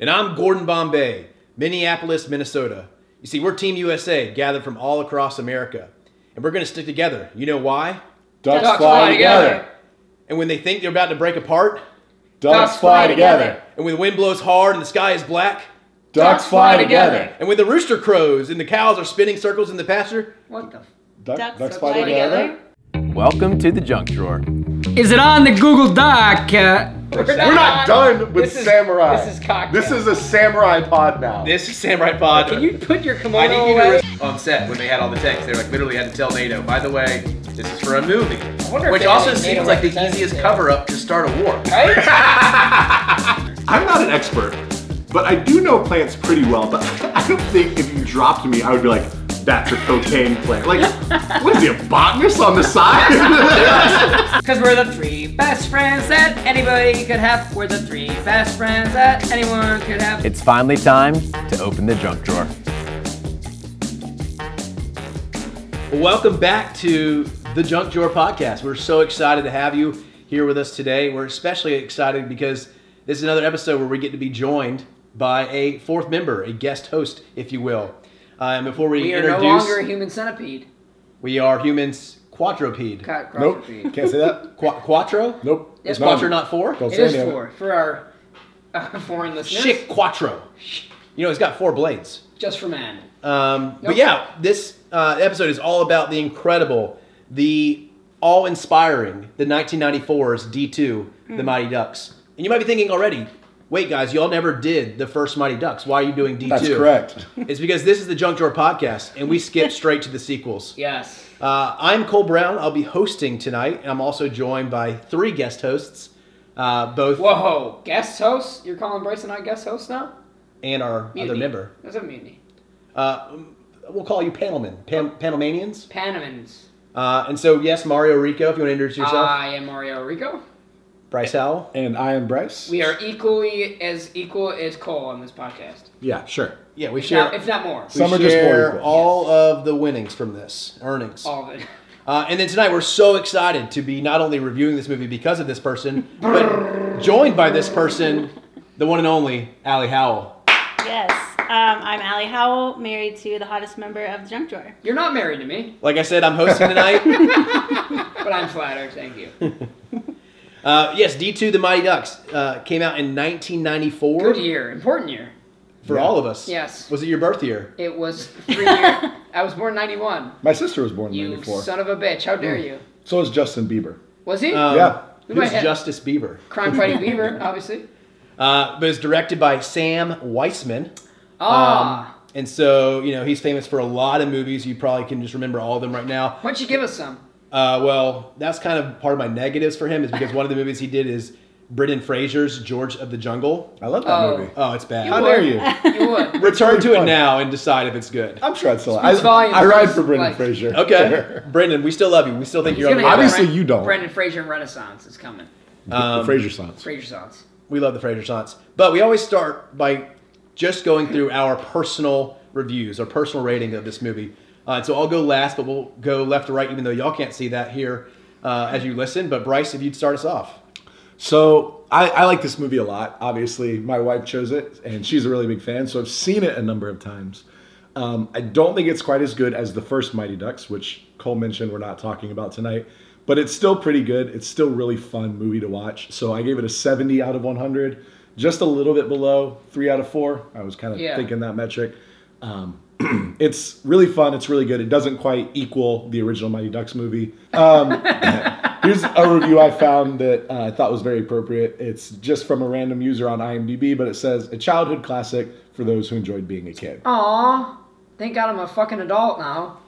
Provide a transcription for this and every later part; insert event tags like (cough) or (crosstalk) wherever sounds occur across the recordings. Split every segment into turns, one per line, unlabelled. And I'm Gordon Bombay, Minneapolis, Minnesota. You see, we're Team USA, gathered from all across America. And we're going to stick together. You know why?
Ducks,
Ducks
fly,
fly
together.
together.
And when they think they're about to break apart,
Ducks fly together.
and when the wind blows hard and the sky is black,
Ducks fly together.
and when the rooster crows and the cows are spinning circles in the pasture,
What the? F-
Duck-
Ducks
Ducks
fly
fly together.
welcome to the junk drawer.
Is it on the Google Doc? Uh,
We're
We're not done with
this is-
samurai.
this is cocktail.
This is a samurai pod now.
This is Samurai Pod.
Can you put your kimono
I need you to
away?
res- on set when they had all the takes. They like literally had to tell NATO, by the way, this is for a movie,
wonder if
which
they
also
had a NATO
seems like the
representative.
easiest cover up to start a war.
Right?
I'm not an expert, but I do know plants pretty well. But (laughs) I don't think if you dropped me, I would be like, "That's a cocaine plant." Like, what is he, a botanist on the side?
Cause we're the three best friends that anybody could have. We're the three best friends that anyone could have.
It's finally time to open the junk drawer.
Welcome back to the Junk Drawer Podcast. We're so excited to have you here with us today. We're especially excited because this is another episode where we get to be joined by a fourth member, a guest host, if you will. Uh, and before we,
we are
introduce,
no longer a human centipede.
we are humans quadruped.
Cut, cross
nope.
your feet.
Can't say that.
Qua- quattro?
Nope.
Is
None.
quattro not four?
Don't
It
say
is
any of
for for our, our foreign listeners.
Chick quattro. You know, it's got four blades.
Just for man.
Um, But
Nope.
yeah, this uh, episode is all about the incredible, the all inspiring, the 1994's D2, The
Hmm.
Mighty Ducks. And you might be thinking already, wait, guys, y'all never did the first Mighty Ducks. Why are you doing D2?
That's correct.
(laughs) It's because this is the Junk Drawer Podcast, and we skip straight to the sequels.
Yes.
Uh, I'm Cole Brown. I'll be hosting tonight, and I'm also joined by three guest hosts, uh, both
Whoa. Guest host? You're calling Bryson not guest host now?
and our other
Mutiny.
member.
That's a mutiny.
Uh, we'll call you panelmen, Pan- panelmanians.
Panamans.
Uh, and so, yes, Mario Rico, if you want to introduce yourself.
I am Mario Rico.
Bryce Howell.
And I am Bryce.
We are equally as equal as Cole on this podcast.
yeah, sure.
Yeah, we
If
share,
not, if not more.
we
Some are just more
share
equal.
all of the winnings from this, earnings.
All of it.
Uh, and then tonight, we're so excited to be not only reviewing this movie because of this person, but joined by this person, the one and only Allie Howell.
Yes. Um, I'm Allie Howell, married to the hottest member of the Junk Drawer.
You're not married to me,
Like I said, I'm hosting
(laughs)
tonight.
but I'm flattered. Thank you.
uh, yes, D2 The Mighty Ducks uh, came out in 1994
Good year. Important year.
for all of us.
Yes.
Was it your birth year?
It was three year. I was born 91.
My sister was born in
You
94.
son of a bitch. How dare you?
so is Justin Bieber.
Was he?
Um,
Yeah.
We
Who's
might have-
Justice Bieber?
Crime Fighting Beaver, obviously.
Uh, but it's directed by Sam Weissman.
Ah.
And so, you know, he's famous for a lot of movies. You probably can just remember all of them right now.
why don't you give us some?
Uh, well, that's kind of part of my negatives for him is because one of the movies he did is Brendan Fraser's George of the Jungle.
I love that
Oh.
movie.
Oh, it's bad.
How
would.
dare you?
You would.
Return to it
fun.
now and decide if it's good.
I'm sure it's still. I,
volumes.
I ride for Brendan
Like-
Fraser. (laughs)
Okay, Brendan, we still love you. We still think you're on the
gonna Obviously you don't.
Brendan Fraser and Renaissance is coming. Um,
the Fraser songs.
Fraser songs.
We love the Fraser shots, but we always start by just going through our personal reviews, our personal rating of this movie. Uh, so I'll go last, but we'll go left to right, even though y'all can't see that here uh, as you listen. But Bryce, if you'd start us off,
So I, I like this movie a lot. Obviously, my wife chose it, and she's a really big fan. So I've seen it a number of times. Um, I don't think it's quite as good as the first Mighty Ducks, which Cole mentioned we're not talking about tonight. But it's still pretty good. It's still really fun movie to watch. So I gave it a 70 out of 100, just a little bit below three out of four. I was kind of
Yeah.
thinking that metric. Um, (clears throat) it's really fun. It's really good. It doesn't quite equal the original Mighty Ducks movie. Here's a review I found that uh, I thought was very appropriate. It's just from a random user on IMDb, but it says a childhood classic for those who enjoyed being a kid.
Aw. Thank God I'm a fucking adult now.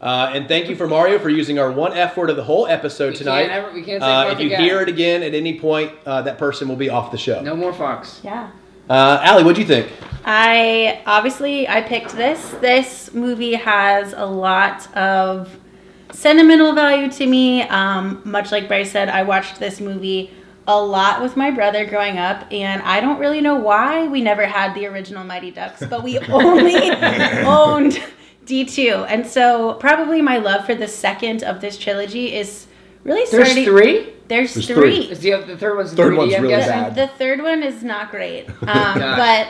uh, and thank you for Mario for using our one F word of the whole episode
We
tonight.
can't ever- we can't say
uh,
fuck
if you
again.
hear it again at any point, uh, that person will be off the show.
No more fucks.
Yeah.
Uh, Allie, what'd you think?
I obviously I picked this. This movie has a lot of sentimental value to me. Um, much like Bryce said, I watched this movie a lot with my brother growing up, and I don't really know why we never had the original Mighty Ducks, but
(laughs)
we only owned D2. And so probably my love for the second of this trilogy is really
There's
starting-
three?
There's,
There's
three.
three.
Is the, the third one's
Third
3D,
one's
I'm
really
guessing?
bad.
The third one is
(laughs)
not great. Um, but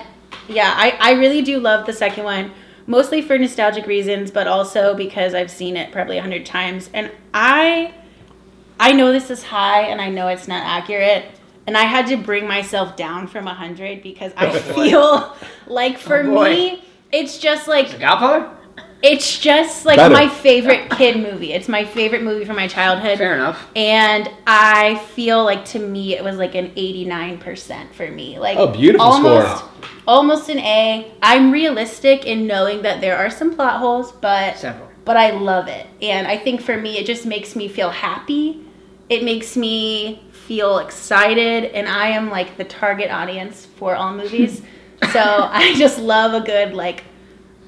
yeah, I, I really do love the second one, mostly for nostalgic reasons, but also because I've seen it probably a hundred times. And I I know this is high and I know it's not accurate. And I had to bring myself down from a hundred because
(laughs) Oh,
I feel like for
boy.
me it's just like
Godfather?
it's just like
Better.
my favorite kid movie. It's my favorite movie from my childhood
Fair enough.
and I feel like to me it was like an 89% for me. Like
Oh, beautiful
almost,
score.
Almost an A. I'm realistic in knowing that there are some plot holes, but
Several.
but I love it. And I think for me it just makes me feel happy. It makes me feel excited and I am like the target audience for
(laughs)
all movies. so I just love a good like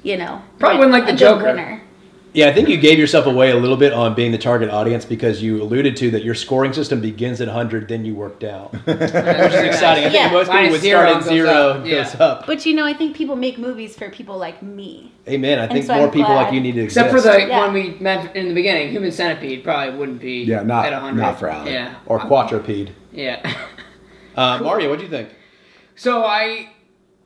you know,
Probably wouldn't like
a
the
good
Joker.
winner.
Yeah, I think you gave yourself away a little bit on being the target audience because you alluded to that your scoring system begins at 100, then you worked out. Which is exciting. I think
Yeah.
most people
Minus
would start
zero
at
goes
zero
up.
and
Yeah.
goes up.
But you know, I think people make movies for people like me.
Amen. I think
so
more
I'm
people
glad.
like you need to exist.
Except for the
Yeah.
one we met in the beginning, Human Centipede probably wouldn't be
Yeah, not-
at 100.
not for Alan.
Yeah.
or quadrupede.
Yeah. (laughs)
Uh, Mario, what do you think?
So I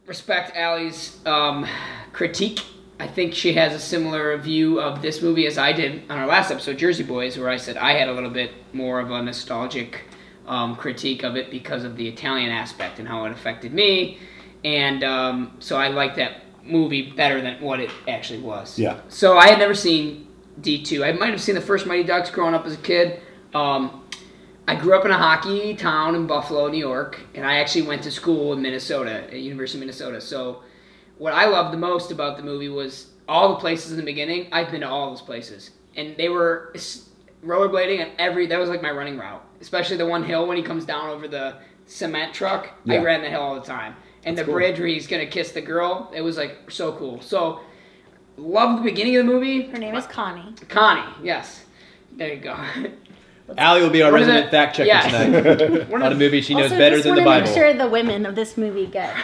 respect Allie's um, critique. I think she has a similar view of this movie as I did on our last episode, Jersey Boys, where I said I had a little bit more of a nostalgic um, critique of it because of the Italian aspect and how it affected me. And um, so I like that movie better than what it actually was.
Yeah.
So I had never seen D2. I might have seen the first Mighty Ducks growing up as a kid. Um, I grew up in a hockey town in Buffalo, New York, and I actually went to school in Minnesota, at University of Minnesota. So, what I loved the most about the movie was all the places in the beginning. I've been to all those places, and they were s- rollerblading on every. That was like my running route, especially the one hill when he comes down over the cement truck.
Yeah.
I ran the hill all the time, and the bridge where he's gonna kiss the girl. It was like so cool. So, loved the beginning of the movie.
Her name is Connie.
Connie. Yes, there you go. (laughs)
Allie will be our
What is
resident
it?
fact checker
Yes. (laughs)
tonight
One
on a
of
movie she knows
also,
better
just
than the
wanna
Bible.
Make sure the women of this movie (laughs) get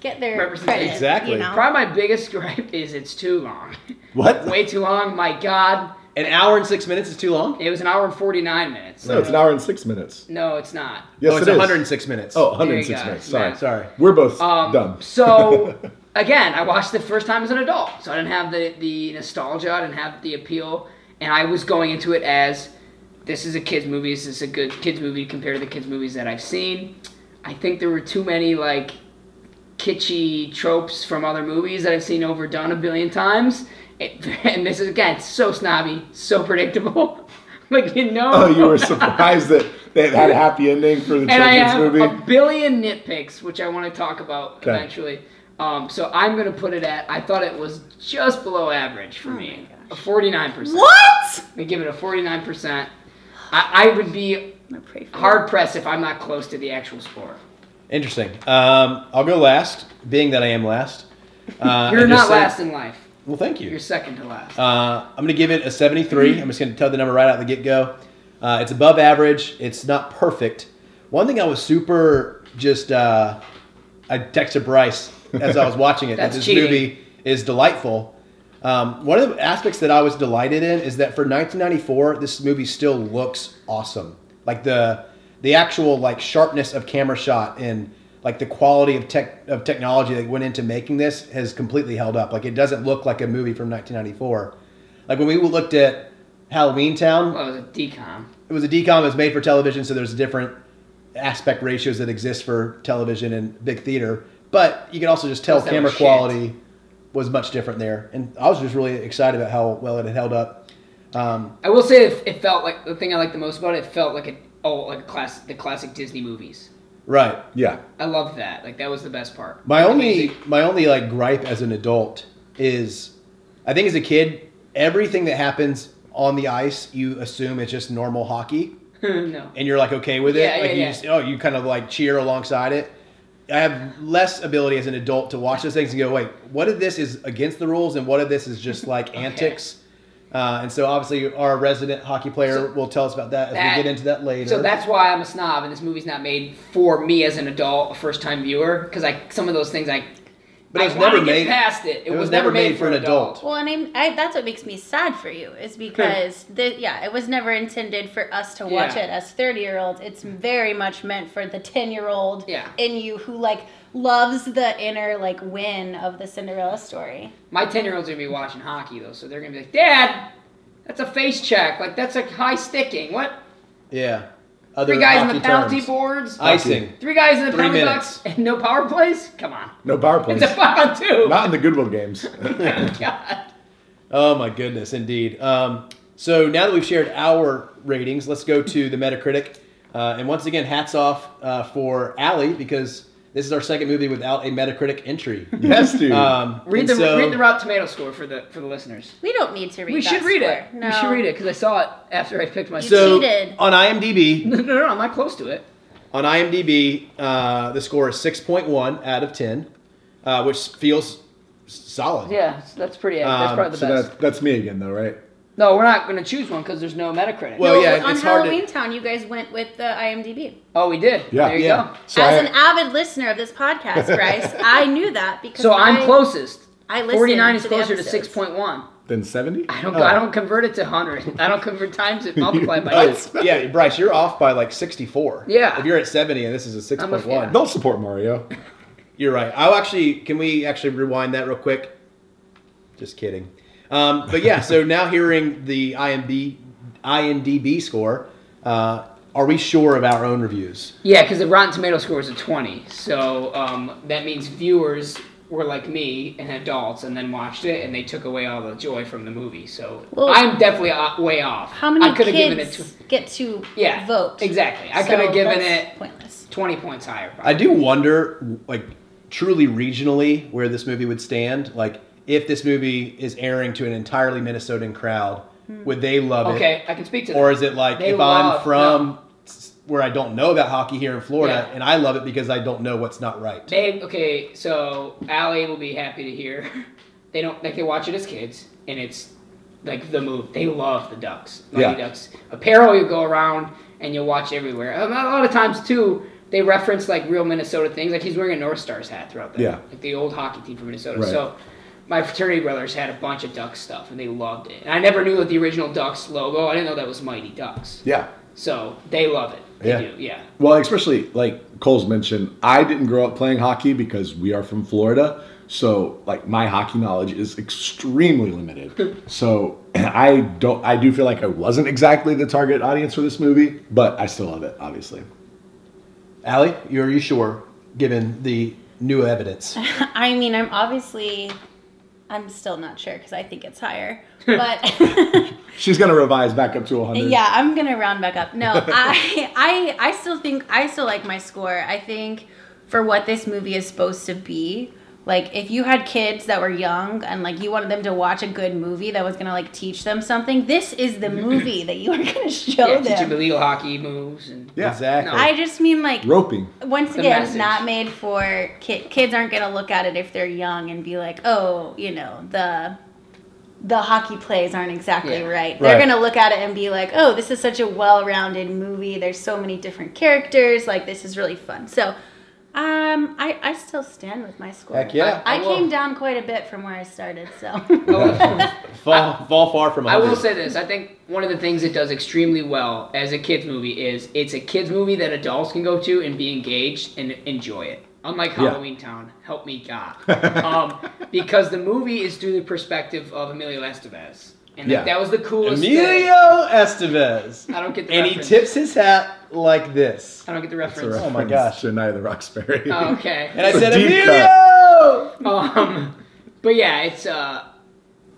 get their
Representation.
credit.
Exactly.
You know?
Probably my biggest gripe is it's too long. (laughs)
What?
Way too long. My God,
An hour and six minutes is too long?
it was an hour and forty nine minutes.
No, it's an hour and six minutes.
No, it's not.
Yes,
oh, it's
it is.
106 minutes.
Oh,
There you
106
go.
minutes. Sorry.
Yeah.
sorry.
We're both
Um,
dumb.
(laughs) So again, I watched the first time as an adult, so I didn't have the the nostalgia, I didn't have the appeal, and I was going into it as this is a kids movie. This is a good kids movie compared to the kids movies that I've seen. I think there were too many like kitschy tropes from other movies that I've seen overdone a billion times. It, (laughs) and this is again so snobby, so predictable. (laughs) like you know,
Oh, you were surprised that they had a happy ending for the
and I
children's
have
movie?
a billion nitpicks, which I want to talk about
Okay.
eventually. Um, so I'm gonna put it at. I thought it was just below average for me, a 49 percent.
What?
I give it a 49 percent. I, I would be
I'm gonna pray for you.
hard pressed if I'm not close to the actual score.
Interesting. Um, I'll go last, being that I am last. Uh,
You're
and just
not
say-
last in life.
Well, thank you.
You're second to last.
Uh, I'm going to give it a 73. I'm just going to tell the number right out the get go. Uh, it's above average. It's not perfect. One thing I was super just, uh, I texted Bryce as I was watching it that
That's
this
cheating.
movie is delightful. Um, one of the aspects that I was delighted in is that for 1994, this movie still looks awesome. Like the the actual like sharpness of camera shot and like the quality of tech of technology that went into making this has completely held up. Like it doesn't look like a movie from 1994. Like when we looked at Halloween Town,
well, it was a decom.
it was a decom. It was made for television, so there's different aspect ratios that exist for television and big theater. But you can also just tell
Plus, that
camera
was shit.
quality was much different there, and I was just really excited about how well it had held up. Um,
I will say it, it felt like the thing I liked the most about it. It felt like a oh like a class the classic Disney movies.
right.
yeah.
I loved that. Like that was the best part.
My
The
only
music.
my only like gripe as an adult is, I think as a kid, everything that happens on the ice, you assume it's just normal hockey.
(laughs) no.
and you're like okay with it.
Yeah,
like
yeah,
you
yeah.
just oh you kind of like cheer alongside it. I have less ability as an adult to watch those things and go, wait, what if this is against the rules and what if this is
(laughs)
just like antics? Uh, and so obviously our resident hockey player
So
will tell us about that as
that-
we get into that later.
So that's why I'm a snob, and this movie's not made for me as an adult, a first time viewer, because I some of those things I
But it was
I wanna
never
get
made
past it. It, was, never made, for an adult.
Well, and I'm, I, that's what makes me sad for you is because the, yeah, it was never intended for us to watch
Yeah.
it as thirty year olds. It's very much meant for the ten year old
Yeah.
in you who like loves the inner like win of the Cinderella story.
My ten year old's gonna be watching hockey though, so they're gonna be like, Dad, that's a face check. Like that's like high sticking. What?
Yeah. Other
Three guys in the
hockey
penalty
terms.
boards.
Icing.
Three guys in the
Three
penalty
minutes.
box and no power plays. Come on,
No power plays.
it's a five on two.
Not in the Goodwill games. (laughs)
God.
Oh my goodness, indeed. Um, so now that we've shared our ratings, let's go to the Metacritic. Uh, and once again, hats off uh, for Allie because this is our second movie without a Metacritic entry.
(laughs) yes, dude.
Um,
Read
and
the
so-
read the Rotten Tomato score for the for the listeners.
We don't need to read.
We
that
should read
score.
it.
No.
We should read it because I saw it after I picked my.
so
cheated.
on IMDb,
(laughs) no, no, no, I'm not close to it.
on IMDb, uh, the score is six point one out of ten, uh, which feels s- solid.
Yeah, so that's pretty. that's
Um,
probably the
so
best.
that, that's me again, though, right?
no, we're not going to choose one because there's no Metacritic.
Well,
No,
yeah,
on
it's hard to-
Halloween Town, you guys went with the IMDb.
oh, we did.
Yeah.
there you
Yeah.
go.
So
As
I-
an avid listener of this podcast,
(laughs)
Bryce, I knew that because
So I'm
I-
closest.
I listened
49 is
to the
closer to
episodes.
6.1.
Then 70?
I don't.
Oh.
I don't convert it to 100. (laughs) I don't convert
(laughs)
times it multiplied by.
Oh, yeah, Bryce, you're off by like 64.
Yeah.
If you're at 70 and this is a 6.1.
yeah.
Don't support Mario.
You're right. I'll actually. Can we actually rewind that real quick? Just kidding. Um, but yeah, so now hearing the IMB, IMDb score, uh, are we sure of our own reviews?
Yeah, because the Rotten Tomato score is a 20. So um, that means viewers were like me and adults and then watched it and they took away all the joy from the movie. So
Well-
I'm definitely o- way off.
How many
I could have
kids
given it tw-
get to
Yeah,
vote?
exactly. I coulda given
that's
it-
pointless. (laughs)
20 points higher. Probably.
I do wonder, like, truly regionally, where this movie would stand. Like, if this movie is airing to an entirely Minnesotan crowd, would they love it?
Hmm. Okay, I can speak to that.
Or is it like
They
if
love-
I'm from s- where I don't know about hockey here in Florida
Yeah.
and I love it because I don't know what's not right?
They okay, so Allie will be happy to hear. (laughs) They don't like they watch it as kids, and it's like the move. They love the ducks, Mighty
Yeah.
Ducks apparel. You go around and you'll watch everywhere. A a lot of times too, they reference like real Minnesota things. Like he's wearing a North Stars hat throughout the
Yeah.
like the old hockey team from Minnesota.
Right.
So. My fraternity brothers had a bunch of Ducks stuff, and they loved it. And I never knew that the original Ducks logo. I didn't know that was Mighty Ducks.
yeah.
So they love it. They
Yeah.
do. Yeah.
Well, especially like Cole's mentioned, I didn't grow up playing hockey because we are from Florida. So like my hockey knowledge is extremely
(laughs)
limited. So (clears throat) I don't I do feel like I wasn't exactly the target audience for this movie, but I still love it, obviously.
Allie, you- are you sure, given the new
(laughs)
evidence?
I mean, I'm obviously, I'm still not sure because I think it's
(laughs)
higher. But (laughs)
She's gonna revise back up to hundred.
yeah, I'm gonna round back up.
(laughs)
No, I, I, I still think I still like my score. I think for what this movie is supposed to be, like if you had kids that were young and like you wanted them to watch a good movie that was gonna like teach them something, this is the movie that you are gonna show
Mm-hmm. (laughs) Yeah. Teach them
them.
illegal hockey moves and
Yeah.
Exactly.
I just mean like
Roping.
once
The
again,
message.
not made for kid, kids. Aren't gonna look at it if they're young and be like, oh, you know the. The hockey plays aren't exactly
Yeah.
right. They're
Right.
gonna look at it and be like, "Oh, this is such a well-rounded movie. There's so many different characters. Like, this is really fun." So, um, I, I still stand with my score.
Heck yeah.
I, I
I will.
came down quite a bit from where I started.
(laughs)
So,
(laughs)
fall, fall far from.
I
100.
will say this. I think one of the things it does extremely well as a kids movie is it's a kids movie that adults can go to and be engaged and enjoy it. Unlike Halloween Town, help me God, um,
(laughs)
because the movie is through the perspective of Emilio Estevez, and
Yeah.
like, that was the coolest. thing.
Emilio Estevez,
I don't get the
and he
reference.
tips his hat like this.
I don't get the
It's a
reference.
Oh my
reference
gosh.
To Night of the Roxbury.
Oh, okay.
And I
It's a
said,
deep
Emilio.
Um, but yeah, it's uh,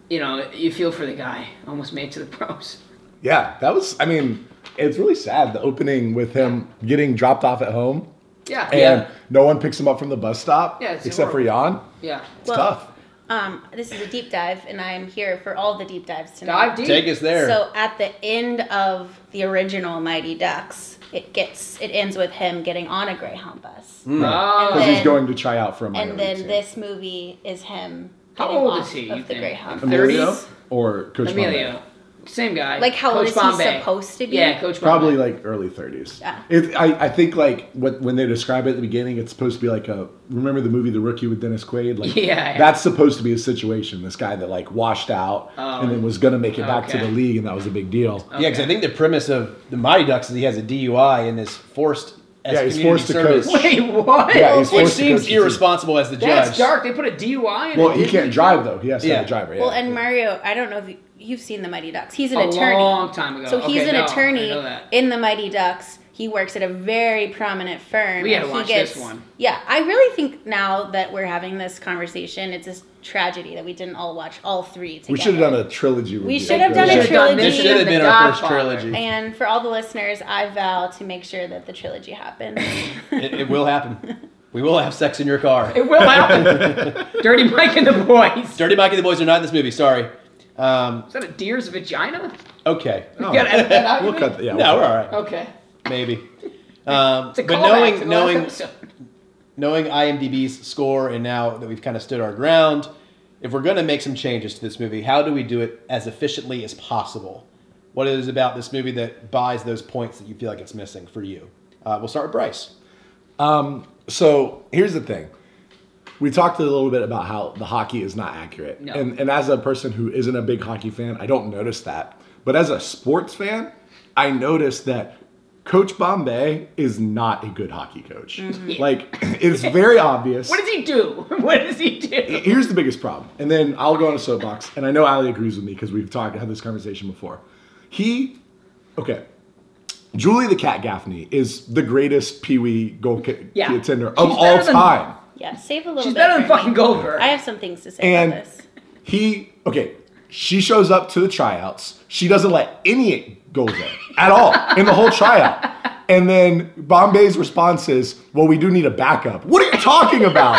you know, you feel for the guy. Almost made it to the pros.
(laughs) yeah, that was I mean, it's really sad the opening with him getting dropped off at home
Yeah.
and
yeah.
no one picks him up from the bus stop
Yeah, it's
except for Jan.
Yeah.
It's
Well,
tough.
um, this is a deep dive, and I'm here for all the deep dives tonight.
Dive deep.
Take us there.
So at the end of the original Mighty Ducks, it gets it ends with him getting on a Greyhound bus,
Oh.
Because Hmm. he's
Then-
going to try out for a minor
and then
league team.
this movie is him.
How
getting
old
off
is he, you
Of the
think?
Greyhound.
Emilio?
bus.
or Coach
Emilio. Same guy.
Like, how old
Coach
is
Bombay.
he supposed to be?
Yeah, Coach
Probably
Bombay.
like early 30s.
Yeah.
It, I, I think like what, when they describe it at the beginning, it's supposed to be like a remember the movie The Rookie with Dennis Quaid? Like
Yeah, yeah.
that's supposed to be a situation. This guy that like washed out
Oh.
and then was gonna make it back to
okay.
the league, and that was a big deal.
Yeah, because I think the premise of the Mighty Ducks is he has a DUI and is forced as
Yeah, he's
community
forced to
service,
coach.
(laughs) Wait, what?
Yeah,
which
he's forced to coach
seems
the team.
irresponsible as the judge.
That's dark. They put a DUI in
Well,
it,
he
didn't
can't drive though. He has to
Yeah.
have a driver. Yeah.
Well, and Mario, I don't know if you- you've seen the Mighty Ducks. He's an
A
attorney.
long time ago.
So he's
Okay,
an
no, I
attorney
know that.
in the Mighty Ducks. He works at a very prominent firm.
We gotta
and he
watch this one.
Yeah, I really think now that we're having this conversation, it's a s- tragedy that we didn't all watch all three together.
we should have done a trilogy.
We
review.
should have done
We
a
should've done
trilogy.
This should have been
The
our first
Godfather.
trilogy.
And for all the listeners, I vow to make sure that the trilogy happens.
(laughs)
It, it will happen. We will have sex in your car.
It will happen.
(laughs)
Dirty Mike and the boys.
Dirty Mike and the boys are not in this movie. Sorry. Um,
Is that a deer's vagina?
okay.
No,
You
(laughs)
gotta edit that out. you
oh. we'll
think?
cut. The, yeah,
No, we're all right.
Okay. (laughs)
Maybe. Um,
It's a
but knowing
callback to the
knowing
last episode.
knowing IMDb's score and now that we've kind of stood our ground, if we're going to make some changes to this movie, how do we do it as efficiently as possible? What is it about this movie that buys those points that you feel like it's missing for you? Uh, we'll start with Bryce.
So here's the thing. We talked a little bit about how the hockey is not accurate.
No.
And, and as a person who isn't a big hockey fan, I don't notice that. But as a sports fan, I noticed that Coach Bombay is not a good hockey coach.
Mm-hmm.
Like, (laughs) it's very obvious.
What does he do? (laughs) What does he
(laughs)
do?
Here's the biggest problem. And then I'll go on a soapbox. And I know Ali agrees with me because we've talked, had this conversation before. He, okay. Julie the Cat Gaffney is the greatest Pee Wee goal ki-
Yeah.
contender of
She's
all
better than-
time.
yeah, save a little
She's
bit.
better than
for me.
fucking Goldberg.
I have some things to say
And
about this.
he, okay, she shows up to the tryouts. She doesn't let any goals in at all in the whole tryout. And then Bombay's response is, well, we do need a backup. What are you talking
(laughs)
about?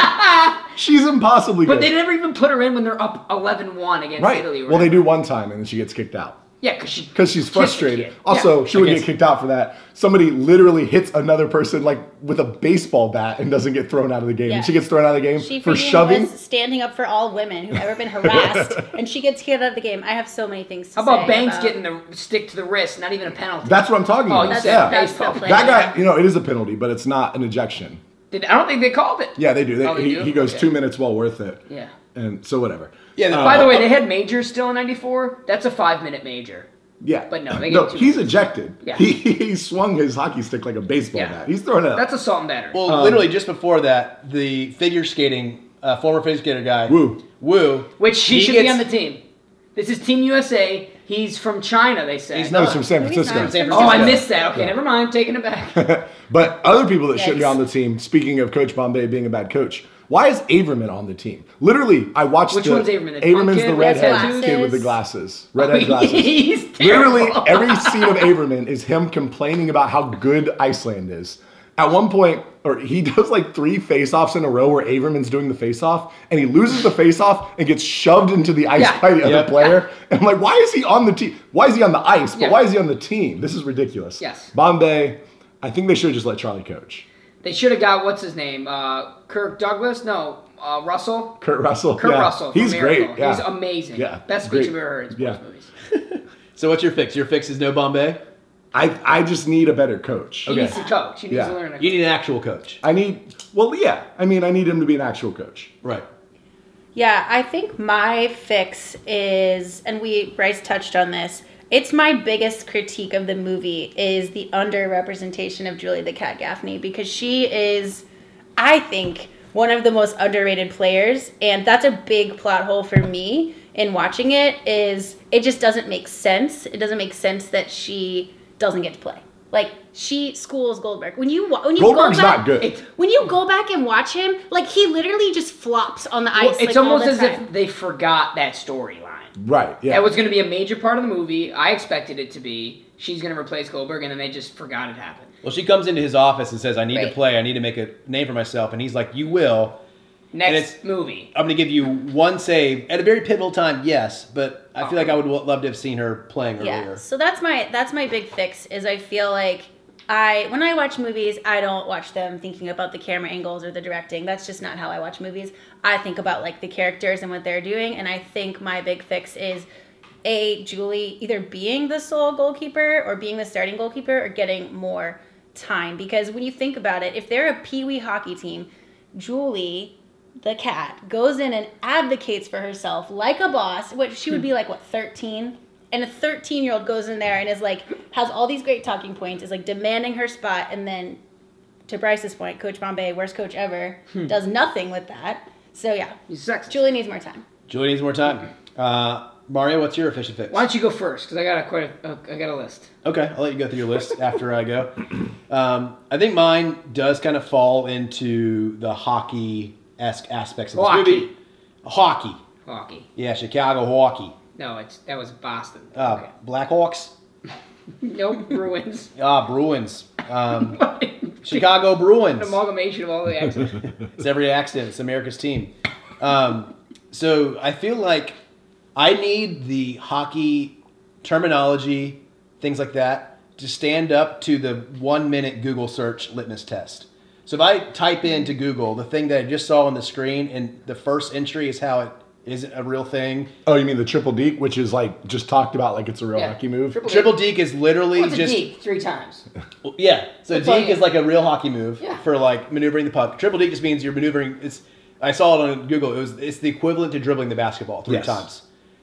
She's impossibly
But
good.
they never even put her in when they're up 11-1 against
right.
Italy. or
Well, they
whatever.
do one time and then she gets kicked out.
Yeah, because she
Because she's
kissed the
frustrated.
kid.
Also,
Yeah.
she would
I
get
guess-
kicked out for that. Somebody literally hits another person like with a baseball bat and doesn't get thrown out of the game.
Yeah.
And she gets thrown out of the game
She
for
freaking
shoving.
was standing up for all women who've ever
(laughs)
been harassed, and she gets kicked out of the game. I have so many things to
How
say.
about Banks getting the stick to the wrist? Not even a penalty.
That's what I'm talking
oh,
about.
you
That's-
said
that's
baseball.
the play.
That guy, you know, it is a penalty, but it's not an ejection.
Did- I don't think they called it.
Yeah, they do. They,
Oh, they
he,
do?
he goes
Okay.
two minutes well worth it.
Yeah.
And so whatever.
Yeah, the-
By the way, they had majors still in '94. That's a five-minute major.
Yeah.
But no, they
no,
get two
he's
minutes.
ejected.
Yeah.
He, (laughs) he swung his hockey stick like a baseball
Yeah.
bat. He's throwing it.
That's assault and battery.
Well, literally just before that, the figure skating uh, former figure skater guy
Woo.
Woo,
Which he, should be
gets-
on the team. This is Team USA. He's from China, they say.
He's
no,
not.
it's from San
No, he's
Francisco.
not. San
Oh, I
Yeah.
missed that. Okay, never mind. Taking
(laughs)
it back.
But other people that should be
Yikes.
on the team, speaking of Coach Bombay being a bad coach, why is Averman on the team? Literally, I watched
Which
the,
one's Averman? The punk
Averman's
kid
the
with the
redhead kid
glasses?
with the glasses.
(laughs)
Redhead glasses.
He's terrible.
Literally, every scene of Averman is him complaining about how good Iceland is. At one point, or he (laughs) does like three face-offs in a row where Averman's doing the face-off, and he loses the face-off and gets shoved into the ice
Yeah.
by the other
Yeah.
player. And I'm like, why is he on the team? Why is he on the ice? But
Yeah.
why is he on the team? This is ridiculous.
Yes.
Bombay, I think they should have just let Charlie coach.
They should have got what's his name? Uh, Kirk Douglas? No, uh, Russell.
Kurt Russell.
Kurt
yeah.
Russell. from
He's
Miracle.
great. Yeah.
He's amazing.
Yeah,
Best
great.
speech I've ever heard in sports
Yeah.
movies.
So what's your fix? Your fix is no Bombay.
I, I just need a better coach.
He needs to coach. He needs
Yeah.
to learn.
You
To
need an actual coach,
I need, well, yeah. I mean, I need him to be an actual coach.
right?
Yeah, I think my fix is, and we Bryce touched on this. It's my biggest critique of the movie is the underrepresentation of Julie the Cat Gaffney because she is, I think, one of the most underrated players, and that's a big plot hole for me in watching it. Is it just doesn't make sense? It doesn't make sense that she doesn't get to play. Like she schools Goldberg. When you wa- when you
Goldberg's
go back,
not good.
It-
when you go back and watch him, like he literally just flops on the ice.
well, it's
like, all
almost
the
as
time.
if they forgot that storyline.
Right. Yeah.
That was going to be a major part of the movie. I expected it to be. She's going to replace Goldberg, and then they just forgot it happened.
Well, she comes into his office and says, "I need to
Right.
play. I need to make a name for myself." And he's like, "You will."
Next
it's-
movie.
I'm going to give you one save at a very pivotal time, yes, but I feel like I would w- love to have seen her playing
yeah.
earlier.
So that's my that's my big fix is I feel like I when I watch movies, I don't watch them thinking about the camera angles or the directing. That's just not how I watch movies. I think about like the characters and what they're doing, and I think my big fix is a Julie either being the sole goalkeeper or being the starting goalkeeper or getting more time. Because when you think about it, if they're a pee wee hockey team, Julie, the cat, goes in and advocates for herself like a boss, which she would be like, what, 13? And a 13 year old goes in there and is like, has all these great talking points, is like demanding her spot, and then to Bryce's point, Coach Bombay, worst coach ever,
Hmm.
does nothing with that. So yeah,
He's sexist.
Julie needs more time.
Julie needs more time. Uh, Mario, what's your efficient fix?
Why don't you go first? Because I got a quite a, a, I got a list.
Okay, I'll let you go through your list after I go. (clears throat) Um, I think mine does kind of fall into the hockey esque aspects of this
Hockey.
movie. Hockey.
Hockey.
Yeah, Chicago hockey.
No, it's that was Boston.
Oh.
Uh,
okay.
Blackhawks.
Nope, (laughs) Bruins.
Ah, Bruins.
(laughs)
Um, Chicago Bruins.
Amalgamation of all the
(laughs)
accents.
It's every accident. It's America's team. Um, so I feel like I need the hockey terminology, things like that, to stand up to the one minute Google search litmus test. So if I type into Google the thing that I just saw on the screen and the first entry is how it isn't a real thing,
Oh, you mean the triple deke, which is like just talked about like it's a real
Yeah.
hockey move?
Triple-
triple deke is literally
What's a
just.
deke? Three times.
Well, Yeah. So
That's all
deke
you-
is like a real hockey move
Yeah.
for like maneuvering the puck. Triple deke just means you're maneuvering. It's I saw it on Google. It was it's the equivalent to dribbling the basketball three
Yes.
times.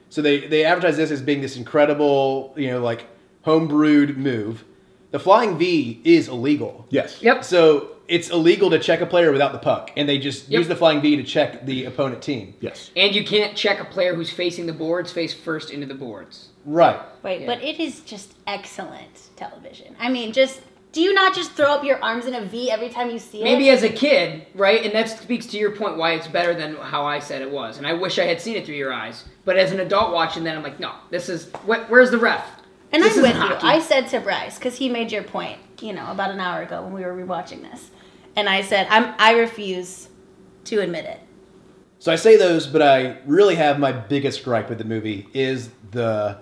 So they they advertise this as being this incredible, you know, like homebrewed move. The flying V is illegal.
Yes.
Yep.
So it's illegal to check a player without the puck, and they just
Yep.
use the flying V to check the opponent team.
Yes.
And you can't check a player who's facing the boards face first into the boards.
Right.
Wait,
Yeah.
but it is just excellent television. I mean, just do you not just throw up your arms in a V every time you see
Maybe
it?
as a kid, right? And that speaks to your point why it's better than how I said it was. And I wish I had seen it through your eyes. But as an adult watching that, I'm like, no, this is wh- where's the ref?
And I'm
this is
with you.
hockey.
I said to Bryce because he made your point, you know, about an hour ago when we were rewatching this, and I said I'm I refuse to admit it.
So I say those, but I really have my biggest gripe with the movie is the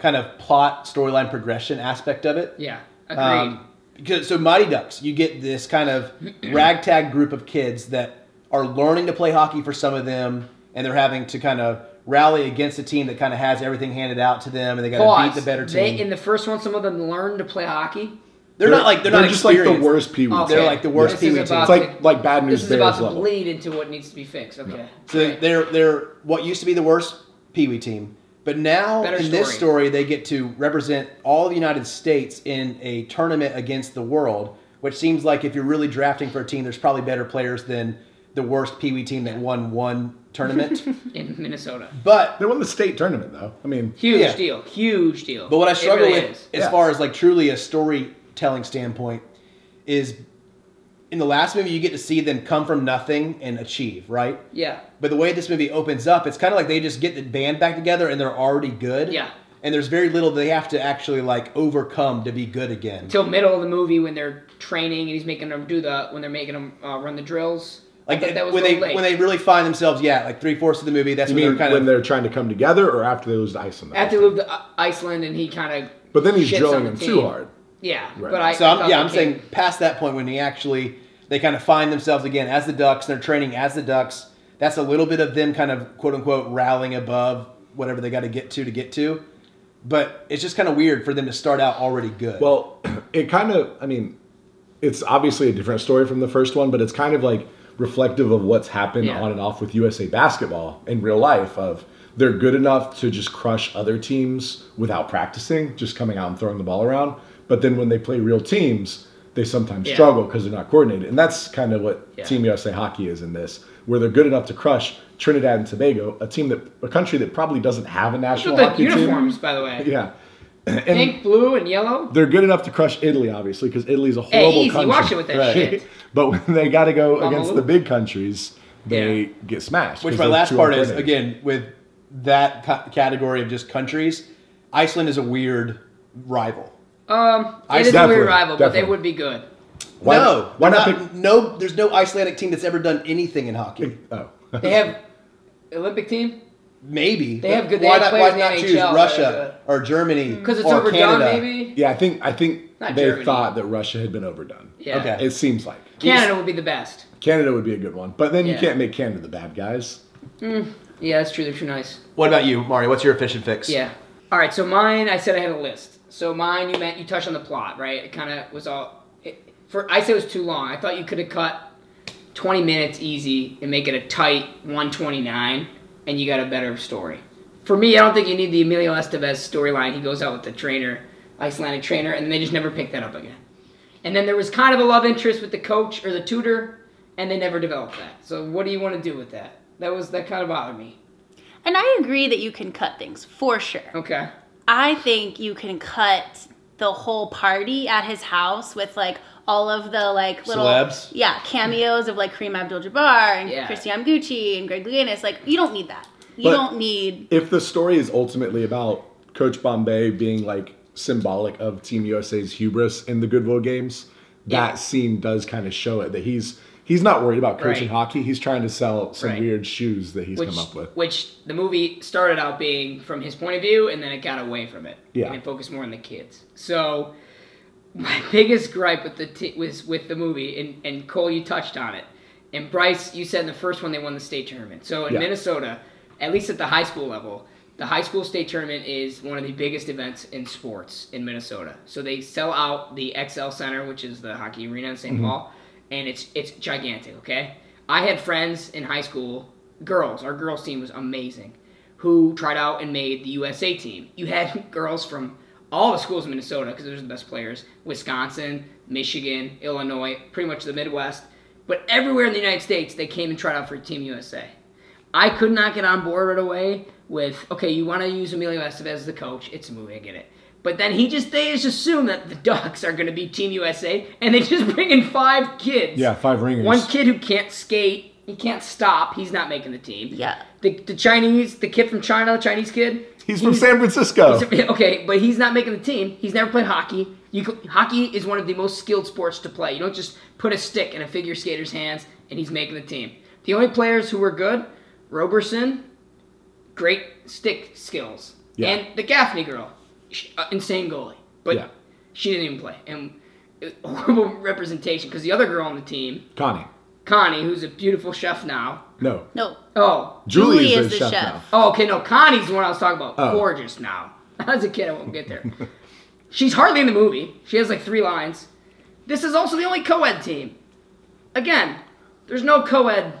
kind of plot storyline progression aspect of it.
Yeah, agreed.
Um, because, so Mighty Ducks, you get this kind
(clears throat)
of ragtag group of kids that are learning to play hockey for some of them, and they're having to kind of rally against a team that kind of has everything handed out to them, and they got to
Pause.
beat the better team.
They, in the first one, some of them learn to play hockey.
they're, not like they're, not
just like the
experienced.
worst pee
Okay.
Hmm. They're like the worst
This is
Pee Wee team.
about
It's
to-
like like bad news
this is about
bears
to
level.
bleed into what needs to be fixed. Okay.
So they're they're what used to be the worst Pee Wee team, but now
Better
in this story
story.
they get to represent all the United States in a tournament against the world, which seems like if you're really drafting for a team, there's probably better players than the worst Pee Wee team that won one tournament.
(laughs) in Minnesota.
but
They won the state tournament though. I mean,
Huge
Yeah.
deal. Huge deal.
but what I
It
struggle
really
with
is.
as
Yeah.
far as like truly a storytelling standpoint is in the last movie you get to see them come from nothing and achieve, right?
Yeah.
But the way this movie opens up, it's kind of like they just get the band back together and they're already good.
Yeah.
And there's very little they have to actually like overcome to be good again.
Till middle of the movie when they're training and he's making them do the when they're making them uh, run the drills.
Like
I thought that was
when
really
they
late.
when they really find themselves, yeah, like three fourths of the movie. That's
you
when
mean
they're kind
when
of
they're trying to come together or after they lose the ice on that?
after they moved to I- Iceland and he kind of.
But then he's drilling them too hard.
Yeah,
Right.
but I.
so
I
I'm,
thought
yeah,
they
I'm
came-
saying past that point when he actually they kind of find themselves again as the ducks. and They're training as the ducks. That's a little bit of them kind of quote unquote rallying above whatever they got to get to to get to. But it's just kind of weird for them to start out already good.
Well, (clears throat) it kind of, I mean, it's obviously a different story from the first one, but it's kind of like reflective of what's happened
Yeah.
on and off with USA basketball in real life of they're good enough to just crush other teams without practicing, just coming out and throwing the ball around. But then when they play real teams, they sometimes
Yeah.
struggle because they're not coordinated. And that's kind of what
Yeah.
Team USA hockey is in this, where they're good enough to crush Trinidad and Tobago, a team that a country that probably doesn't have a
What's with
national
the
hockey
uniforms,
team.
by the way?
Yeah. (clears throat)
Pink, blue, and yellow.
They're good enough to crush Italy, obviously, because Italy's a
Hey,
horrible
easy.
country.
Watch it with that
Right.
shit.
(laughs) But when they got to go against
Mamalou.
the big countries, they
Yeah.
get smashed.
Which
'cause
my
they're
last
too
part is
uncoordinated.
again with that ca- category of just countries, Iceland is a weird rival.
Um,
I-
it is a
definitely,
weird rival, but they
definitely.
would be good.
Why,
no,
Why
they're
not, pick?
No, there's no Icelandic team that's ever done anything in hockey.
Oh, (laughs)
They have Olympic team
Maybe
They have good- they
Why
have
not,
players
why
in
not
the
choose
NHL that are
Russia or Germany
because uh, it's
or
overdone,
Canada?
maybe.
yeah. I think I think
Not
they
Germany.
thought that Russia had been overdone.
Yeah.
Okay.
It seems like
Canada would be the best.
Canada would be a good one, but then
Yeah.
you can't make Canada the bad guys.
Yeah, that's true. They're too nice.
What about you, Mario? What's your efficient fix?
Yeah. All right, so mine. I said I had a list. So mine, you meant you touched on the plot, right? It kind of was all. It, for I said it was too long. I thought you could have cut twenty minutes easy and make it a tight one twenty nine, and you got a better story. For me, I don't think you need the Emilio Estevez storyline. He goes out with the trainer, Icelandic trainer, and they just never picked that up again. And then there was kind of a love interest with the coach or the tutor, and they never developed that. So what do you want to do with that? That was that kind of bothered me.
And I agree that you can cut things for sure.
Okay.
I think you can cut the whole party at his house with like all of the like little
Celebs?
yeah cameos of like Kareem Abdul-Jabbar and
Yeah.
Christian Gucci and Greg Louganis. Like you don't need that. You
But-
don't need
If the story is ultimately about Coach Bombay being like symbolic of Team USA's hubris in the Goodwill Games, that
Yeah.
scene does kind of show it that he's he's not worried about coaching
Right.
hockey. He's trying to sell some
Right.
weird shoes that he's
which,
come up with.
Which the movie started out being from his point of view, and then it got away from it.
Yeah.
And it focused more on the kids. So my (laughs) biggest gripe with the t- was with the movie, and, and Cole, you touched on it, and Bryce, you said in the first one they won the state tournament. So in
Yeah.
Minnesota, at least at the high school level. The high school state tournament is one of the biggest events in sports in Minnesota. So they sell out the XL Center, which is the hockey arena in saint Paul, and it's it's gigantic. Okay, I had friends in high school, girls. Our girls team was amazing, who tried out and made the USA team. You had (laughs) girls from all the schools in Minnesota because those are the best players: Wisconsin, Michigan, Illinois, pretty much the Midwest. But everywhere in the United States, they came and tried out for Team USA. I could not get on board right away with okay, you want to use Emilio Estevez as the coach. It's a movie, I get it. But then he just they just assume that the Ducks are going to be Team USA, and they just (laughs) bring in five kids.
Yeah, five ringers.
One kid who can't skate, he can't stop. He's not making the team.
Yeah.
The, the Chinese, the kid from China, the Chinese kid.
He's from San Francisco.
Okay, but he's not making the team. He's never played hockey. You c hockey is one of the most skilled sports to play. You don't just put a stick in a figure skater's hands and he's making the team. The only players who were good, Roberson, great stick skills,
Yeah.
and the Gaffney girl, sh- uh, insane goalie, but
Yeah.
she didn't even play, and it was horrible (laughs) representation because the other girl on the team,
Connie.
Connie, who's a beautiful chef now.
No.
no.
Oh,
Julie,
Julie
is,
is
the,
the
chef,
chef.
now.
Oh, okay, no, Connie's the one I was talking about.
Oh.
Gorgeous now. (laughs) As a kid, I won't get there. She's hardly in the movie. She has like three lines. This is also the only co ed team. Again, there's no co ed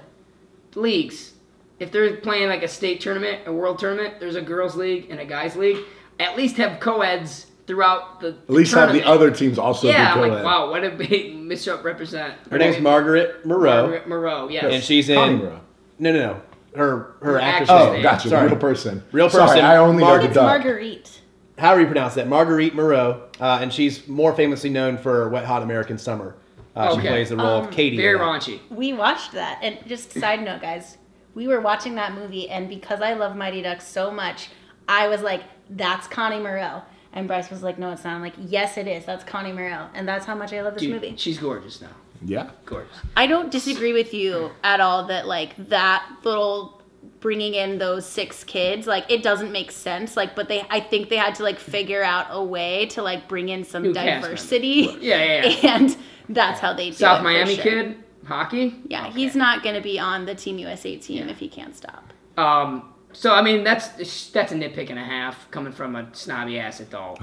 leagues. If they're playing like a state tournament, a world tournament, there's a girls' league and a guys' league. At least have co eds throughout the.
At least have the
tournament.
other teams also
Yeah,
be
I'm
co-ed.
like, wow, what a (laughs) big misrepresent.
Her name's Margaret Moreau,
Margaret Moreau, yes.
and she's in.
Connie Moreau.
No, no, no. Her her
Her
actress.
actress
name.
Oh,
name.
gotcha.
Sorry.
Real person.
Real
Sorry,
person.
I only know
Mark-
the
It's
duck.
Marguerite.
How do you pronounce that? Marguerite Moreau, uh, and she's more famously known for Wet Hot American Summer. Uh, She
Okay. Um,
plays the role of Katie. in
Very
that.
raunchy.
We watched that, and just side note, guys, we were watching that movie, and because I love Mighty Ducks so much, I was like, "That's Connie Moreau," and Bryce was like, "No, it's not." I'm like, "Yes, it is. That's Connie Moreau," and that's how much I love this
Dude,
movie.
she's gorgeous now.
Yeah.
Gorgeous.
I don't disagree with you at all that like that little bringing in those six kids like it doesn't make sense like but they I think they had to like figure out a way to like bring in some
New cast members.
diversity
Yeah, yeah,
(laughs)
yeah.
and that's how they do it
South
for
Miami
sure.
kid, hockey.
Yeah, he's not going to be on the Team USA team if he can't stop.
Um, so I mean that's that's a nitpick and a half coming from a snobby
(laughs)
ass adult.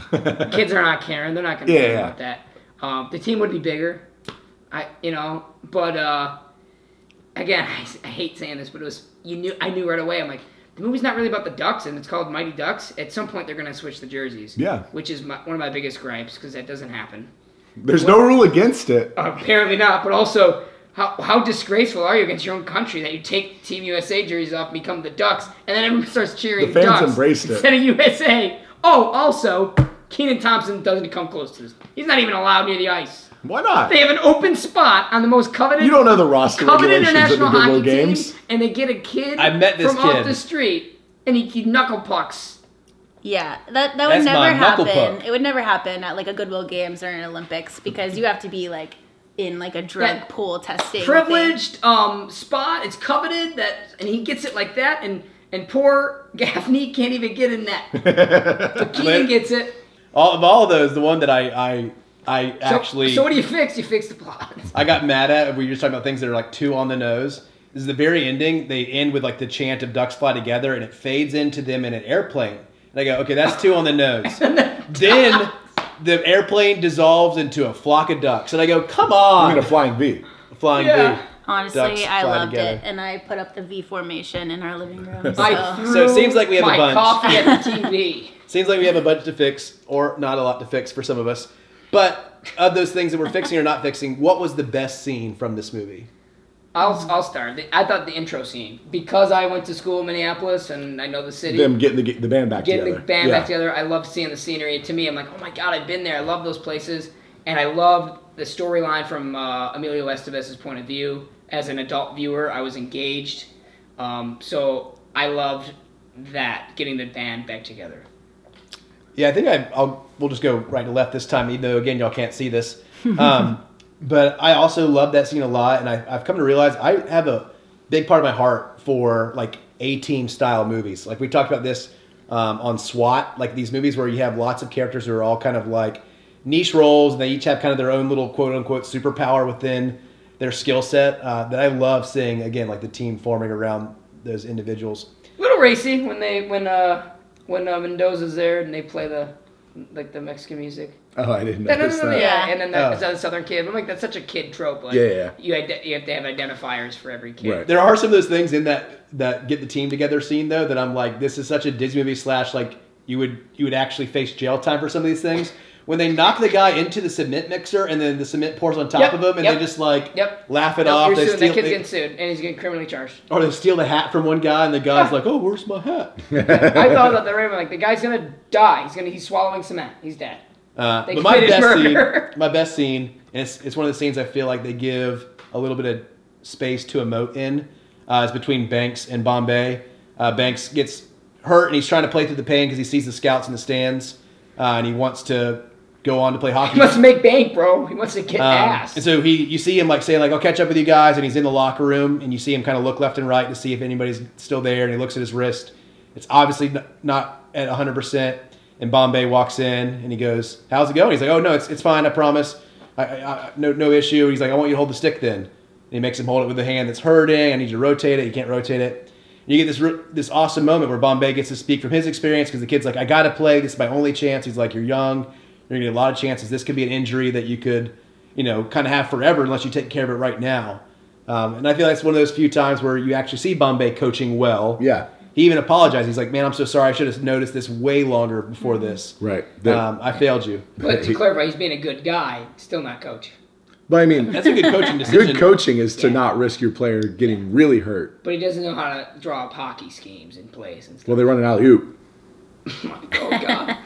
Kids are not caring; they're not going to
Yeah,
care
yeah.
about that. Um, the team would be bigger, I you know. But uh, again, (laughs) I, s- I hate saying this, but it was you knew I knew right away. I'm like, the movie's not really about the Ducks, and it's called Mighty Ducks. At some point, they're going to switch the jerseys.
Yeah.
which is my, one of my biggest gripes because that doesn't happen.
There's no rule against it.
Apparently not, but also, how, how disgraceful are you against your own country that you take Team USA jerseys off and become the Ducks, and then everyone starts cheering
The fans
Ducks
embraced it.
instead of USA? Oh, also, Keenan Thompson doesn't come close to this. He's not even allowed near the ice.
Why not?
They have an open spot on the most coveted.
You don't know the roster
coveted
regulations of the
international
Goodwill
hockey
games.
team, and they get a kid.
I met this
from off
kid.
the street, and he, he knuckle pucks.
Yeah, that that
That's
would
my
never
knuckle
happen.
puck.
It would never happen at like a Goodwill Games or an Olympics because you have to be like in like a drug
That
pool testing thing.
privileged um, spot. It's coveted that, and he gets it like that, and and poor (laughs) Gaffney can't even get
(laughs)
in that. but Keaton
Clint.
gets it.
All of all of those, the one that I I I
So,
actually
so what do you fix? You fix the plot.
I got mad at. We were just talking about things that are like too on the nose. Is the very ending? They end with like the chant of ducks fly together, and it fades into them in an airplane. And I go, okay, that's two on the
(laughs)
nose. then the airplane dissolves into a flock of ducks. And I go, come on.
I'm gonna flying V.
flying
Yeah.
bee.
Honestly,
Ducks
I
fly
loved
together.
it, and I put up the V formation in our
(laughs)
living room.
I
So.
So it seems like we have a
my
bunch.
coffee
(laughs)
at the TV.
Seems like we have a bunch to fix, or not a lot to fix for some of us. But of those things that we're fixing or not fixing, what was the best scene from this movie?
I'll, I'll start. The- I thought the intro scene because I went to school in Minneapolis and I know the city.
Them getting the the band back
getting
together.
the band
Yeah.
back together. I love seeing the scenery. To me, I'm like, oh my god, I've been there. I love those places, and I loved the storyline from uh, Emilio Estevez's point of view. As an adult viewer, I was engaged, um, so I loved that getting the band back together.
Yeah, I think I, I'll we'll just go right to left this time, even though again y'all can't see this. Um, but I also love that scene a lot, and I, I've come to realize I have a big part of my heart for like A team style movies. Like we talked about this um, on SWAT, like these movies where you have lots of characters who are all kind of like niche roles, and they each have kind of their own little quote unquote superpower within their skill set. Uh, that I love seeing again, like the team forming around those individuals.
little racy when they when uh when uh, Mendoza's there and they play the like the Mexican music.
Oh, I didn't
No, no,
notice
no, no,
that.
yeah. And then
Oh.
that, that southern kid. I'm like, that's such a kid trope. Like,
Yeah, yeah, yeah.
You, ide- you have to have identifiers for every kid.
Right.
There are some of those things in that that get the team together scene though that I'm like, this is such a Disney movie slash like you would you would actually face jail time for some of these things. When they knock the guy into the cement mixer and then the cement pours on top
Yep,
of him and
yep,
they just like
yep.
laugh it
No,
off.
you're
They
suing.
steal,
that kid's
they-
getting sued, and he's getting criminally charged. (laughs)
or they steal the hat from one guy and the guy's
Ah.
like, oh, where's my hat?
I thought about that right away. Like the guy's gonna die. He's gonna he's swallowing cement. He's dead.
Uh,
They
but my
committed
best
murder.
scene, (laughs) my best scene, and it's, it's one of the scenes I feel like they give a little bit of space to emote in, uh, is between Banks and Bombay. Uh, Banks gets hurt and he's trying to play through the pain because he sees the scouts in the stands, uh, and he wants to go on to play hockey.
He wants to make bank, bro. He wants to get
Um,
ass.
And so he, you see him like saying like, "I'll catch up with you guys," and he's in the locker room, and you see him kind of look left and right to see if anybody's still there, and he looks at his wrist. It's obviously n- not at 100. percent And Bombay walks in, and he goes, "How's it going?" He's like, "Oh no, it's, it's fine. I promise. I, I, I, no no issue." He's like, "I want you to hold the stick then." And he makes him hold it with the hand that's hurting. I need you to rotate it. You can't rotate it. And you get this re- this awesome moment where Bombay gets to speak from his experience because the kid's like, "I gotta play. This is my only chance." He's like, "You're young. You're gonna get a lot of chances. This could be an injury that you could." you know, kind of have forever unless you take care of it right now. Um, and I feel that's one of those few times where you actually see Bombay coaching well.
Yeah.
He even apologized. He's like, man, I'm so sorry. I should have noticed this way longer before this.
Right. That-
Um, I failed you.
but to clarify, he's being a good guy. Still not coach.
But I mean,
That's a good coaching decision.
good coaching is to not risk your player getting really hurt.
But he doesn't know how to draw up hockey schemes and plays and
Well,
stuff.
they run an alley oop.
oh
(laughs)
god.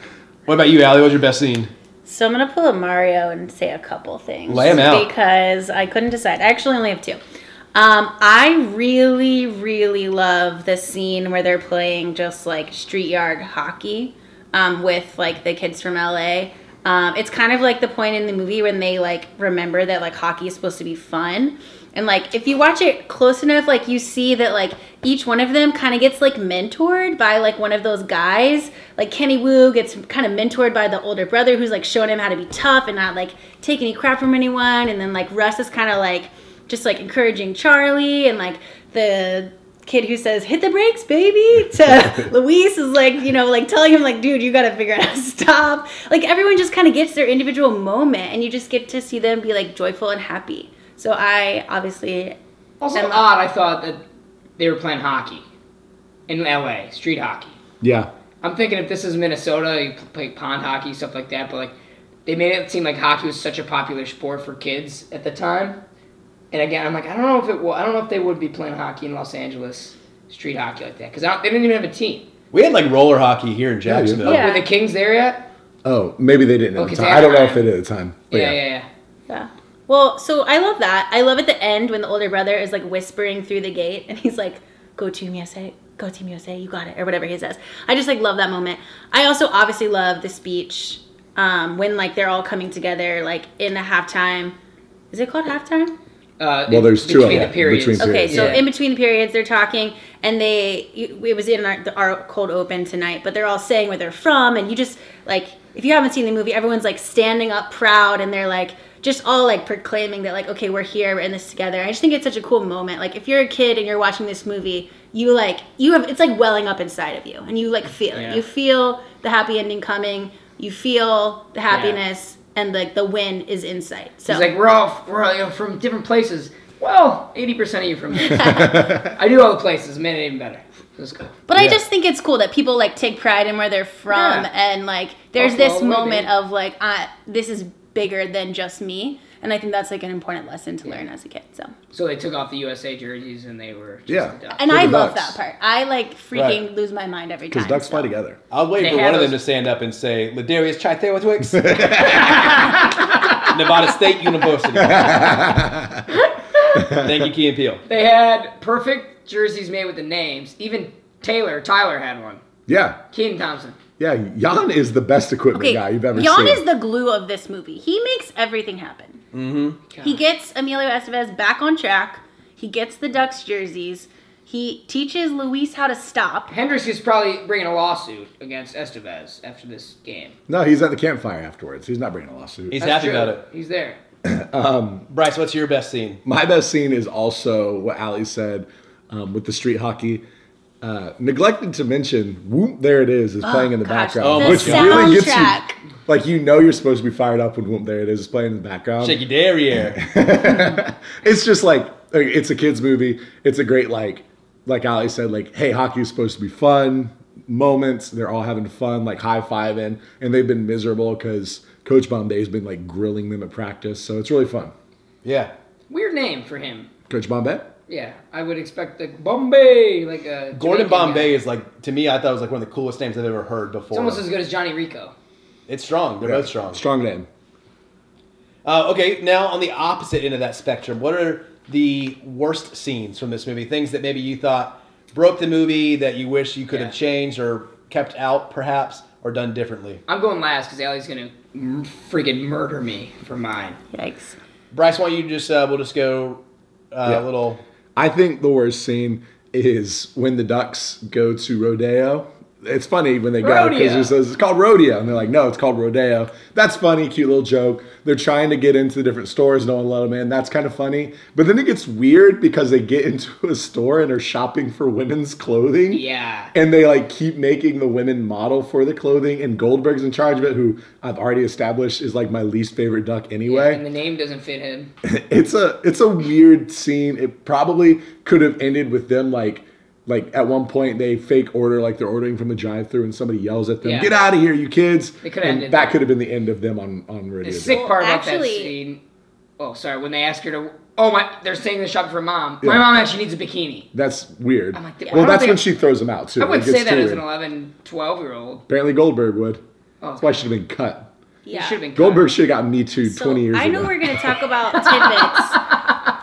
What about you, Allie? What was your best scene?
So I'm gonna pull a Mario and say a couple things.
Lay 'em out.
because I couldn't decide. I actually only have two. Um, I really, really love the scene where they're playing just like street yard hockey um, with like the kids from LA. Um, it's kind of like the point in the movie when they like remember that like hockey is supposed to be fun. And like if you watch it close enough, like you see that like each one of them kind of gets like mentored by like one of those guys. Like Kenny Wu gets kind of mentored by the older brother who's like showing him how to be tough and not like take any crap from anyone. And then like Russ is kind of like just like encouraging Charlie and like the kid who says hit the brakes baby to luis is like you know like telling him like dude you gotta figure out how to stop like everyone just kind of gets their individual moment and you just get to see them be like joyful and happy so i obviously
Also
And-
odd. I thought that they were playing hockey in L.A. Street hockey.
Yeah.
I'm thinking if this is Minnesota, you play pond hockey, stuff like that. But like, they made it seem like hockey was such a popular sport for kids at the time. And again, I'm like, I don't know if it. Will, I don't know if they would be playing hockey in Los Angeles, street hockey like that, because they didn't even have a team.
We had like roller hockey here in
dude.
Jacksonville.
Yeah.
Were the Kings there yet?
Oh, maybe they didn't at
Okay,
the
so
time. I don't know
yeah.
if they did at the time. But
yeah,
Oh, yeah,
yeah, yeah.
yeah well so i love that i love at the end when the older brother is like whispering through the gate and he's like go team usa go team usa you got it or whatever he says i just like love that moment i also obviously love the speech um, when like they're all coming together like in the halftime is it called halftime
Uh,
Well, there's two of
between
them.
the periods.
Between-
Okay, so
Yeah.
in between the periods, they're talking, and they it was in our, the, our cold open tonight, but they're all saying where they're from, and you just like if you haven't seen the movie, everyone's like standing up proud, and they're like just all like proclaiming that like okay we're here we're in this together i just think it's such a cool moment like if you're a kid and you're watching this movie you like you have it's like welling up inside of you and you like feel
Yeah.
it you feel the happy ending coming you feel the happiness and like the win is in sight so
It's like we're all we're all, you know, from different places. Well, eighty percent of you from
(laughs)
here. I knew all the places. Made it even better. Let's go.
But I just think it's cool that people like take pride in where they're from,
Yeah.
and like there's
Buffalo
this
would be.
moment of like uh, this is bigger than just me, and I think that's like an important lesson to learn as a kid. So,
So they took off the USA jerseys and they were just
Yeah.
done.
and
They're
I
the
love
ducks.
that part. I like freaking
Right.
lose my mind every time.
Because ducks
so.
fly together.
I'll wait
They
for
had
one of them to
those-
stand up and say, Ladarius (laughs) Chithewitwix, Nevada State (laughs) University. Thank you, Key and Peele.
They had perfect jerseys made with the names. Even Taylor Tyler had one.
Yeah.
Keenan Thompson.
Yeah. Jan is the best equipment
Okay,
guy you've ever
Jan
seen.
is the glue of this movie. He makes everything happen. Mm-hmm. He gets Emilio Estevez back on track. He gets the Ducks jerseys. He teaches Luis how to stop.
Hendricks is probably bringing a lawsuit against Estevez after this game.
no, he's at the campfire afterwards. He's not bringing a lawsuit.
He's
That's
happy
true.
about it.
He's there.
Bryce, what's your best scene?
My best scene is also what Ali said um, with the street hockey. Uh, neglected to mention, Whoop There It Is is playing in the
Oh, gosh,
background,
the
Oh, which really gets you.
soundtrack.
Like, you know, you're supposed to be fired up when Whoop There It Is is playing in the background.
Shake your derriere.
It's just like, like, it's a kids' movie. It's a great, like, like Ali said, like, hey, hockey is supposed to be fun moments. They're all having fun, like, high fiving, and they've been miserable because Coach Bombay's been, like, grilling them at practice. So it's really fun.
Yeah.
Weird name for him.
Coach Bombay?
Yeah, I would expect the Bombay like a
Gordon
Jamaican
Bombay
guy.
is like, to me, I thought it was like one of the coolest names I've ever heard
It's
before.
almost as good as Johnny Rico.
It's strong. They're both strong.
Strong name.
Uh, okay, now on the opposite end of that spectrum, what are the worst scenes from this movie? Things that maybe you thought broke the movie that you wish you could
Yeah.
have changed or kept out, perhaps, or done differently?
I'm going last because Allie's gonna m- freaking murder me for mine.
Yikes.
Bryce, why don't you just, uh, we'll just go uh, a
Yeah.
little.
I think the worst scene is when the ducks go to rodeo. It's funny when they go
Rodeo.
because it says it's called rodeo, and they're like, "No, it's called rodeo." That's funny, cute little joke. They're trying to get into the different stores, no one let them in. That's kind of funny, but then it gets weird because they get (laughs) into a store and are shopping for women's clothing.
Yeah.
And they like keep making the women model for the clothing, and Goldberg's in charge of it, who I've already established is like my least favorite duck anyway
And the name doesn't fit him.
it's a it's a weird scene. It probably could have ended with them like like at one point they fake order like they're ordering from the drive-through and somebody yells at them,
Yeah.
"Get out of here, you kids!"
It could have
and
ended
that
there.
could have been the end of them on on
The
radio. Day.
sick part about that
actually-
scene. Oh, sorry. When they ask her to, oh my, they're saying the shop for mom. My mom actually needs a bikini.
That's weird.
I'm like, I
well,
don't
that's
think-
when she throws them out too.
I
It
wouldn't
gets
say that
too
as an
weird.
11, 12 year old.
Apparently Goldberg would.
Oh,
That's why she should have been cut.
Yeah.
should have been
Goldberg should have gotten me too
So,
twenty years
I know
ago.
we're
(laughs)
going to talk about tidbits.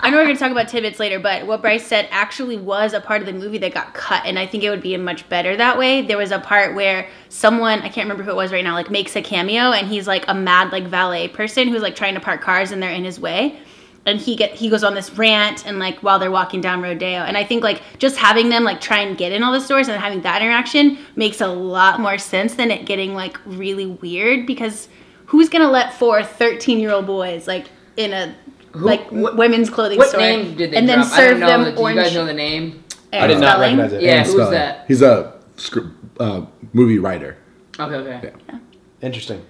I know we're going to talk about tidbits later, but what Bryce said actually was a part of the movie that got cut, and I think it would be much better that way. There was a part where someone, I can't remember who it was right now, like makes a cameo, and he's like a mad like valet person who's like trying to park cars, and they're in his way. And he get he goes on this rant and like while they're walking down Rodeo, and I think like just having them like try and get in all the stores and having that interaction makes a lot more sense than it getting like really weird because who's gonna let four 13 year old boys like in a like w-
what-
women's clothing
What
store
name did they
and
drop?
then serve
I don't know.
them
the- do
orange
you guys know the name?
I did uh, not recognize it.
Yeah,
Ian
who's
Spelling.
that?
He's a script, uh, movie writer.
Okay, okay.
Interesting.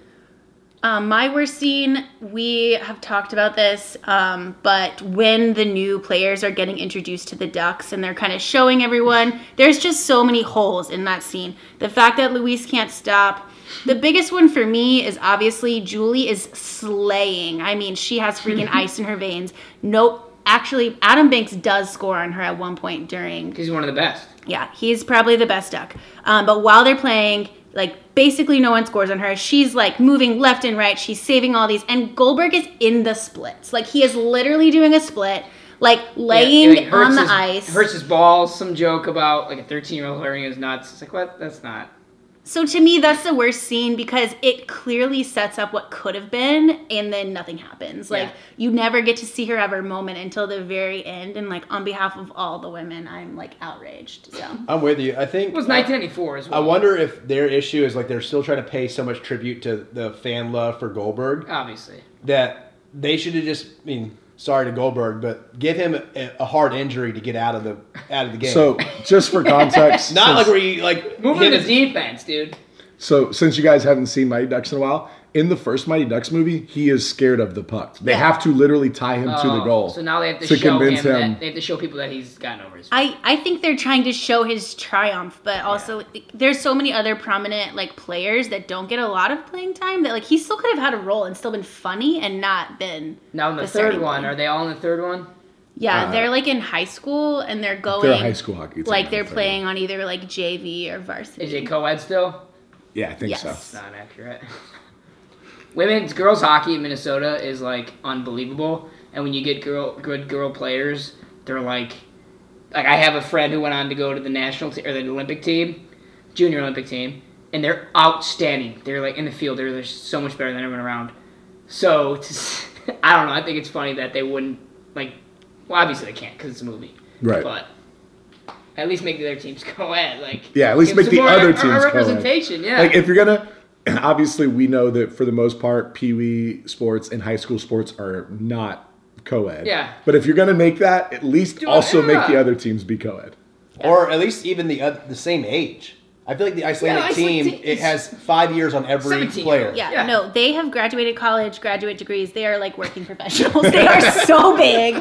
Um, my worst scene, we have talked about this, um, but when the new players are getting introduced to the Ducks and they're kind of showing everyone, there's just so many holes in that scene. The fact that Luis can't stop. The biggest one for me is obviously Julie is slaying. I mean, she has freaking ice in her veins. Nope. Actually, Adam Banks does score on her at one point during
He's one of the best.
yeah, he's probably the best duck. Um, but while they're playing, like basically no one scores on her. She's like moving left and right. She's saving all these, and Goldberg is in the splits. Like he is literally doing a split, like
Yeah,
laying
like, hurts
on the
his-
ice.
Hurts his balls. Some joke about like a 13 year old hurting his nuts. It's like, what? That's not.
So to me, that's the worst scene because it clearly sets up what could have been, and then nothing happens. Like
Yeah.
you never get to see her ever moment until the very end. And like on behalf of all the women, I'm like outraged. So
I'm with you. I think.
It was 1994 as
I
well.
wonder if their issue is like they're still trying to pay so much tribute to the fan love for Goldberg
Obviously.
that they should have just. I mean, sorry to Goldberg, but give him a, a hard injury to get out of the out of the game.
So, just for context,
(laughs) not like
since-
where you like
Move
hit
him to
his-
defense, dude.
So, since you guys haven't seen Mighty Ducks in a while, in the first Mighty Ducks movie, he is scared of the puck. They have to literally tie him to the
Oh,
goal.
So now they have to,
to
show him,
convince him.
that they have to show people that he's gotten over his.
I, I think they're trying to show his triumph, but also there's so many other prominent like players that don't get a lot of playing time that like he still could have had a role and still been funny and not been.
now in the,
the
third
starting
one,
one.
are they all in the third one?
Yeah, they're like in high school and they're going.
Uh-huh. They're a high school hockey team,
Like they're
I think.
playing on either like JV or varsity.
Is it co-ed still?
Yeah, I think
Yes.
so.
Not accurate. Women's girls hockey in Minnesota is like unbelievable, and when you get girl good girl players, they're like, like I have a friend who went on to go to the national te- or the Olympic team, junior Olympic team, and they're outstanding. They're like in the field, they're, they're so much better than everyone around. So to, s- (laughs) I don't know. I think it's funny that they wouldn't like. Well, obviously they can't because it's a movie,
Right.
But at least make the other teams (laughs) co-ed. Like
Yeah, at least
give
make
some
the
more
other
re-
teams co-ed.
representation. Yeah,
Like, if you're gonna, (clears throat) obviously, we know that for the most part, Pee Wee sports and high school sports are not co ed.
Yeah.
But if you're gonna make that, at least
Do it,
also make
yeah.
the other teams be co ed.
or at least even the uh, the same age. I feel like the Icelandic
Yeah, Iceland
team
team
it
is-
has five years on every
17.
player.
Yeah,
Yeah.
no, they have graduated college, graduate degrees. They are like working professionals. (laughs) they are so
(laughs)
big.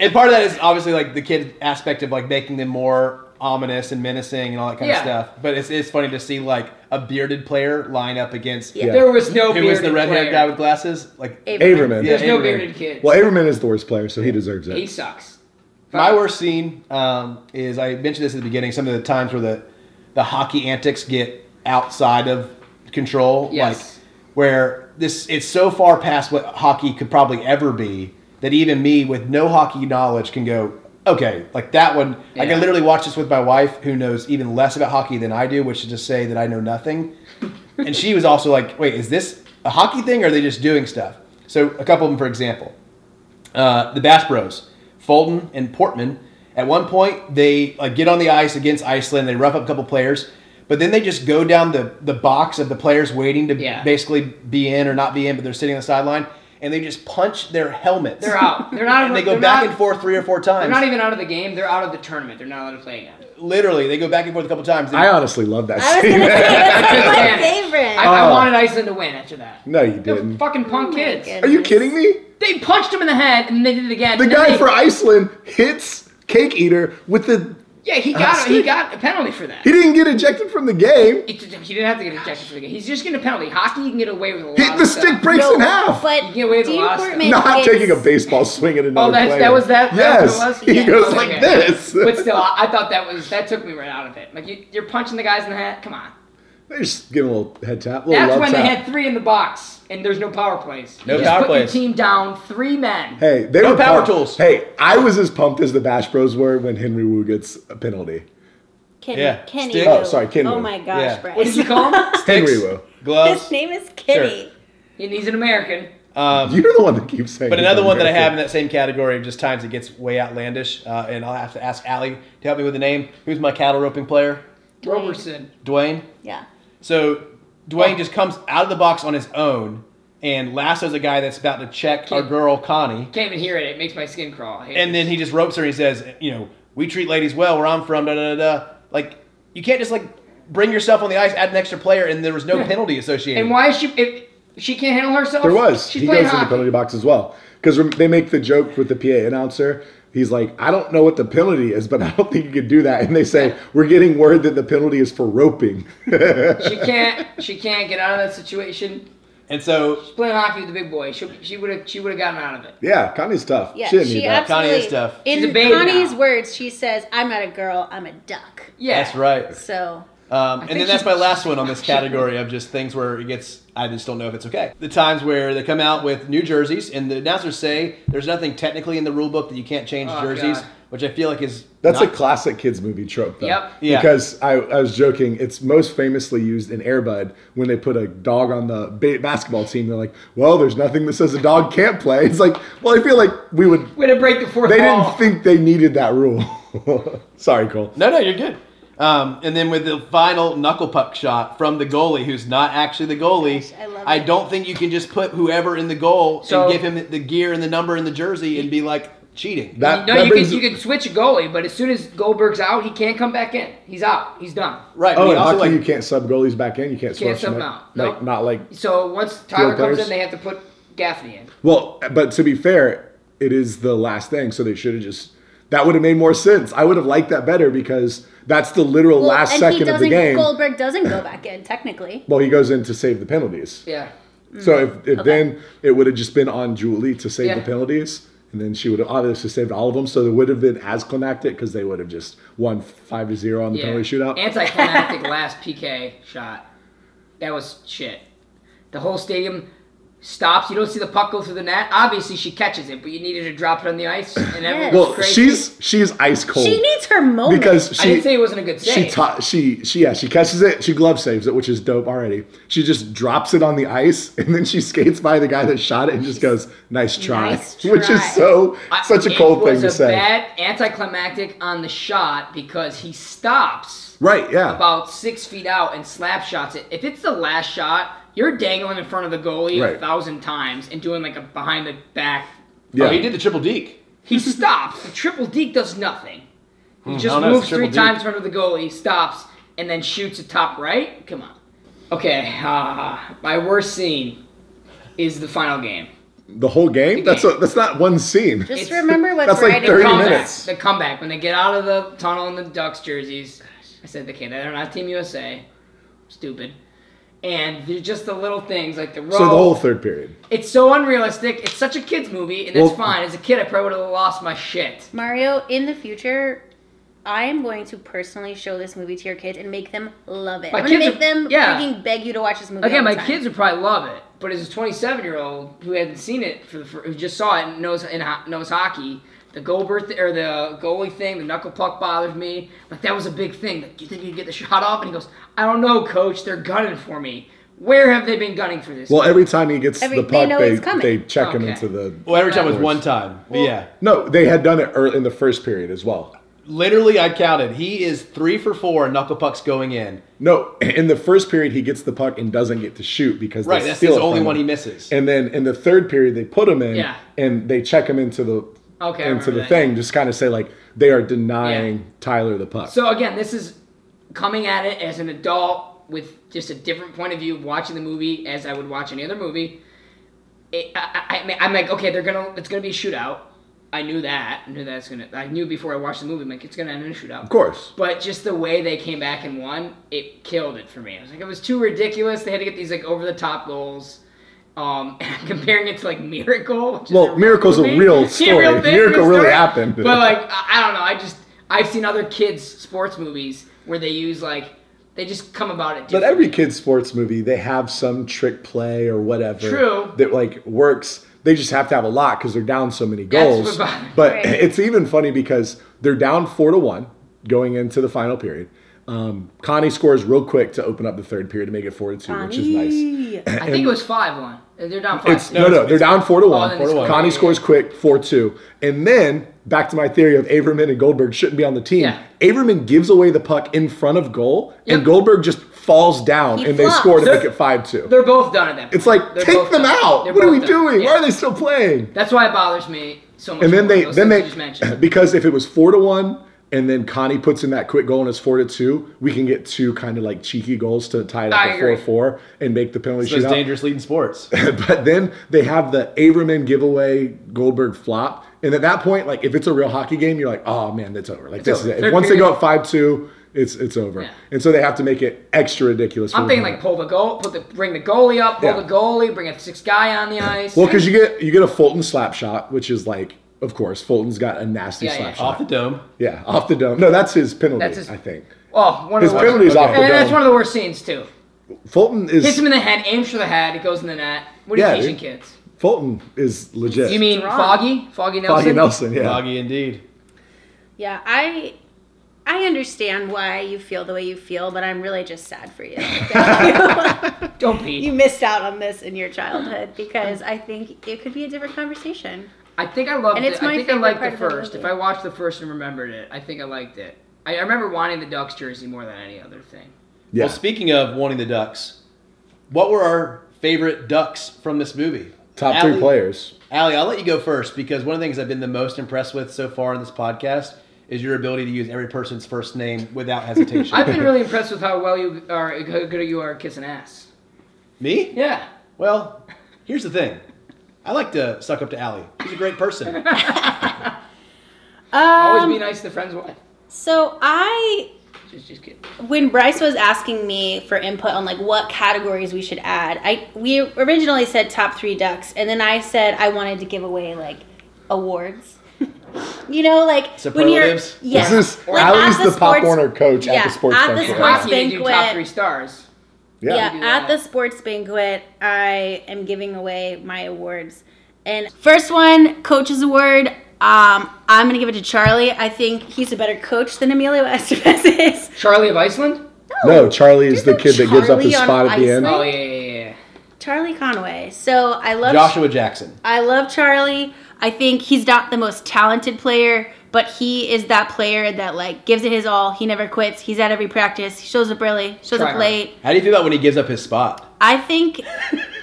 and part of that is obviously like the kid aspect of like making them more ominous and menacing and all that kind
Yeah.
of stuff. But it's it's funny to see like a bearded player line up against
Yeah.
There was no
who
bearded
was the redhead
player.
guy with glasses. Like
Averman.
Yeah.
There's no
Averman.
bearded kid.
Well, Averman is the worst player, so he deserves
He
it.
sucks.
my worst scene um, is I mentioned this at the beginning. Some of the times where the the hockey antics get outside of control.
Yes.
Like where this it's so far past what hockey could probably ever be that even me with no hockey knowledge can go okay like that one like
Yeah.
i literally watch this with my wife who knows even less about hockey than i do which is to say that i know nothing and she was also like wait is this a hockey thing or are they just doing stuff so a couple of them for example uh, the bass bros fulton and portman at one point they like get on the ice against iceland they rough up a couple players but then they just go down the, the box of the players waiting to
Yeah.
basically be in or not be in but they're sitting on the sideline and they just punch their helmets
They're out. They're not.
(laughs) and they go
they're
back
not-
and forth three or four times
They're not even out of the game. They're out of the tournament. They're not allowed to play again.
literally they go back and forth a couple times
I honestly love that
I was
scene.
gonna say that's my
Yeah.
favorite.
I, I
Oh.
wanted Iceland to win after
(laughs)
that.
no, you
They're
didn't.
fucking punk kids.
goodness.
Are you kidding me?
They punched him in the head and they did it again.
The
and then
guy
they-
for Iceland hits Cake Eater with the.
yeah,
(laughs)
he got he
Stick.
got a penalty for that.
He didn't get ejected from the game.
He, did- he didn't have to get ejected for the game. He's just getting a penalty. Hockey, you can get away with a lot.
He, the
of stuff.
stick breaks
No,
in half.
But
get away with a
Dean
lot of stuff.
Portman
not
is-
taking a baseball swing at another
Oh, that's,
player.
that was that.
Yes,
That's
(laughs)
what it was?
he
Yeah.
goes
Okay,
like
okay.
this.
But still, I, I thought that was that took me right out of it. Like you, you're punching the guys in the head. Come on.
They just give him a little head tap, a little
That's
love
when
tap.
they had three in the box, and there's no power plays. You
No
just
power
put
plays.
Your team down three men.
Hey, they
No
were
power
pumped.
tools.
Hey, I was as pumped as the Bash Bros were when Henry Wu gets a penalty.
Kenny,
Yeah.
Kenny.
Stick.
Wu.
Oh, sorry, Kenny
Oh
Wu.
my gosh,
Yeah.
Brad.
What
(laughs)
did you call him?
Henry
Sticks,
Wu.
gloves
(laughs) His name is Kenny.
and he's an American.
um,
You're the one that keeps saying.
But
he's
another one that I have in
undrafted.
that same category of just times it gets way outlandish, uh, and I'll have to ask Allie to help me with the name. Who's my cattle roping player?
Roberson.
Dwayne.
Yeah.
So
Oh.
Dwayne just comes out of the box on his own and lassos a guy that's about to check our girl Connie,
Can't even hear it. It makes my skin crawl. I hate
and then he just ropes her and he says, "You know, we treat ladies well. Where I'm from, da da da." da. Like you can't just like bring yourself on the ice, add an extra player, and there was no penalty
it.
associated.
And why is she? If she can't handle herself.
There was.
Oh, She's
he goes
playing
in the
hockey.
penalty box as well because they make the joke with the PA announcer. He's like, I don't know what the penalty is, but I don't think you could do that. And they say, we're getting word that the penalty is for roping. (laughs)
She can't. She can't get out of that situation.
And so
She's playing hockey with the big boy. She she would have she would have gotten out of it.
yeah, Connie's tough.
Yeah,
she didn't
she
need that.
absolutely.
Connie is tough.
In
She's a baby
Connie's
now.
words, she says, "I'm not a girl. I'm a duck."
Yeah.
that's right.
So
Um, and
think
then that's
she-
my last one on this category of just things where it gets, I just don't know if it's okay. The times where they come out with new jerseys and the announcers say there's nothing technically in the rule book that you can't change
Oh,
jerseys,
God.
which I feel like is.
That's
not-
a classic kids movie trope, though.
Yep.
Yeah.
Because I, I was joking, it's most famously used in Airbud when they put a dog on the ba- basketball team. They're like, "Well, there's nothing that says a dog can't play." It's like, well, I feel like we would.
Way to break the fourth
They
wall.
didn't think they needed that rule. (laughs) Sorry, Cole.
No, no, you're good. Um, and then with the final knuckle puck shot from the goalie, who's not actually the goalie,
Gosh, I love it.
don't think you can just put whoever in the goal
So-
and give him the gear and the number and the jersey and be like cheating.
That,
no,
that
you
brings-
could you could switch a goalie, but as soon as Goldberg's out, he can't come back in. He's out. He's done.
right. but
Oh,
he
in
also,
hockey,
like-
you can't sub goalies back in. You can't,
Can't
switch them
sub
in. Like,
out. Nope.
not like.
So once Tyler comes
players.
in, they have to put Gaffney in.
Well, but to be fair, it is the last thing, so they should have just. That would have made more sense. I would have liked that better because that's the literal
Well,
last
and he
second of
doesn't,
the game.
Goldberg doesn't go back in technically.
Well, he goes in to save the penalties.
Yeah.
Mm,
So if, if then it would have just been on Julie to save the
Yeah.
penalties, and then she would have obviously saved all of them. So it would have been as climactic because they would have just won five to zero on the
Yeah.
penalty shootout.
Anticlimactic last PK shot. That was shit. The whole stadium stops. You don't see the puck go through the net. Obviously, she catches it, but you needed to drop it on the ice, and everyone
well,
was crazy.
she's she's ice cold
She needs her moment.
Oh. because
I didn't say
she
it wasn't a good save.
she ta- she she yeah she catches it. She glove saves it, which is dope already. She just drops it on the ice, (laughs) and then she skates by the guy that shot it and just goes, "Nice try," (laughs)
Nice
which
try.
is so
I-
such a cold
it
thing
was
to
a
say.
Bad anticlimactic on the shot because he stops
right? Yeah.
about six feet out and slap shots it. If it's the last shot, you're dangling in front of the goalie a
Right.
thousand times and doing like a behind the back.
yeah.
oh, he did the triple deke.
He (laughs) stops. The triple deke does nothing. He
I
just
don't know,
moves
it's Hmm,
three
triple deke.
times in front of the goalie, stops, and then shoots a top right. Come on. Okay, ah, my worst scene is the final game.
The whole game? That's a, that's not one scene.
Just
it's-
remember what's
that's like
right in
30
front of
comeback.
minutes.
The comeback when they get out of the tunnel in the Ducks jerseys. I said they can't. They're not Team USA. Stupid. And they're just the little things like the row.
So the whole third period.
it's so unrealistic. It's such a kids movie, and that's
Well-
fine. As a kid, I probably would have lost my shit.
Mario, in the future, I am going to personally show this movie to your kids and make them love it.
My
I'm going to
kids
make
are-
them
yeah.
freaking beg you to watch this movie.
Again,
all
my
the time.
kids would probably love it, but as a 27 year old who hadn't seen it for the fir- who just saw it and knows and ho- knows hockey, the Goldberg th- or the goalie thing, the knuckle puck bothered me. Like that was a big thing. Like, do you think you could get the shot off? And he goes, I don't know, coach. They're gunning for me. Where have they been gunning for this?
Well, every time he gets
Every-
the
they
puck,
know
they,
it's coming.
they check him
Okay.
into the.
Well, every time it was
Right.
one time. But yeah.
No, they had done it early in the first period as well.
Literally, I counted. He is three for four knuckle pucks going in.
No, (laughs) in the first period he gets the puck and doesn't get to shoot because
Right,
they
that's
steal
his
it
only
from
one
him.
he misses.
And then in the third period they put him in
Yeah.
and they check him into the
Okay, I
into
remember
the
that,
thing, just kind of say like they are denying
Yeah.
Tyler the puck.
So again, this is coming at it as an adult with just a different point of view, watching the movie as I would watch any other movie. It, I, I- I, mean, I'm like, okay, they're gonna, it's gonna be a shootout. I knew that. I knew that's gonna. I knew before I watched the movie, I'm like, it's gonna end in a shootout.
of course.
But just the way they came back and won, it killed it for me. I was like, it was too ridiculous. They had to get these like over the top goals. Um, (laughs) and I'm comparing it to like Miracle. Which
Well,
is a real
Miracle's a
movie.
real
(laughs) Yeah,
story.
thing,
Miracle
real
really
story.
happened.
But like, I I don't know. I just I've seen other kids sports movies where they use like they just come about it.
But
Different.
every kid's sports movie, they have some trick play or whatever
True.
that like works. They just have to have a lot because they're down so many
That's
goals.
what bothers-
But (laughs)
Right.
it's even funny because they're down four to one going into the final period. Um, Connie scores real quick to open up the third period to make it four to two, which is nice.
I think it was five one. They're down five.
It's no, no, they're down four to one.
then it's
Connie
great.
scores quick, four two, and then back to my theory of Averman and Goldberg shouldn't be on the team.
Yeah.
Averman gives away the puck in front of goal,
Yep.
and Goldberg just falls down,
He
and they
flops.
score to
They're-
make it five two.
They're both done at that. Point.
It's like
They're
take
both
them
done.
out.
They're
What are we
both done.
doing?
Yeah.
Why are they still playing?
That's why it bothers me so much.
And then
more,
they
those
then
things
they
you just mentioned.
because if it was four to one and then Connie puts in that quick goal and it's four to two, we can get two kind of like cheeky goals to tie it up
I
at four
agree.
four and make the penalty
It's
shootout.
dangerous leading
(laughs)
sports.
But then they have the Averman giveaway Goldberg flop, and at that point, like if it's a real hockey game, you're like, oh man, that's over. Like this
over.
is it.
Third
If once they
period.
go up five two, it's it's over.
Yeah.
And so they have to make it extra ridiculous. for
I'm
the
thinking
opponent.
like pull the goal, put the bring the goalie up, pull
Yeah.
the goalie, bring a six guy on the ice.
Well, because you get you get a Fulton slap shot, which is like, of course, Fulton's got a nasty
Yeah,
slap
yeah.
shot.
Off the dome.
yeah, off the dome. No, that's his penalty.
That's his-
I think
oh, one of
his
the worst.
penalty is off
and
the
that's one
dome.
of the worst scenes too.
Fulton
Hits him
is
in the head, aims for the head, it goes in the net. What are
Yeah,
you teaching
dude.
kids?
Fulton is legit.
You mean
wrong.
Foggy? Foggy Nelson?
Foggy Nelson? Yeah.
Foggy indeed.
Yeah, I I understand why you feel the way you feel, but I'm really just sad for
(laughs)
you.
(laughs) Don't be.
you missed out on this in your childhood because I think it could be a different conversation.
I think I loved
And it's
it.
my
I think I
favorite
liked
part
the
of the
first. If
movie.
I watched the first and remembered it, I think I liked it. I, I remember wanting the Ducks jersey more than any other thing.
Yeah.
Well, speaking of wanting the Ducks, what were our favorite Ducks from this movie?
Top three
Allie-
players.
Allie, I'll let you go first because one of the things I've been the most impressed with so far in this podcast is your ability to use every person's first name without hesitation.
(laughs) I've been
(laughs)
really impressed with how well you are, how good you are at kissing ass.
Me?
Yeah.
Well, here's the thing. I like to suck up to Allie. She's a great
(laughs)
person.
Always
Um,
be nice to the friend's wife.
so I
Just, just kidding.
when Bryce was asking me for input on like what categories we should add, I we originally said top three ducks, and then I said I wanted to give away like awards. you know, like
Superlatives?
when you're yes,
This is
like,
Allie's
at
the Pop
sports-
Warner coach at
yeah,
the sports
at the
banquet.
sports-
Hockey, they do top
banquet.
three stars.
yeah.
yeah,
do
at
that.
the sports banquet, I am giving away my awards. And first one, coach's award. Um, I'm gonna give it to Charlie. I think he's a better coach than Emilio Estevez (laughs) is.
Charlie of Iceland?
No, Charlie is the
There's
kid
no
that gives up his
Charlie
spot
on
at the end.
Iceland.
Oh, yeah, yeah, yeah.
Charlie Conway. So I love
Joshua Jackson.
I love Charlie. I think he's not the most talented player, but he is that player that like gives it his all. He never quits. He's at every practice. He shows up early. Shows
Try
up
hard.
late.
How do you feel about when he gives up his spot?
I
(laughs)
think. (laughs)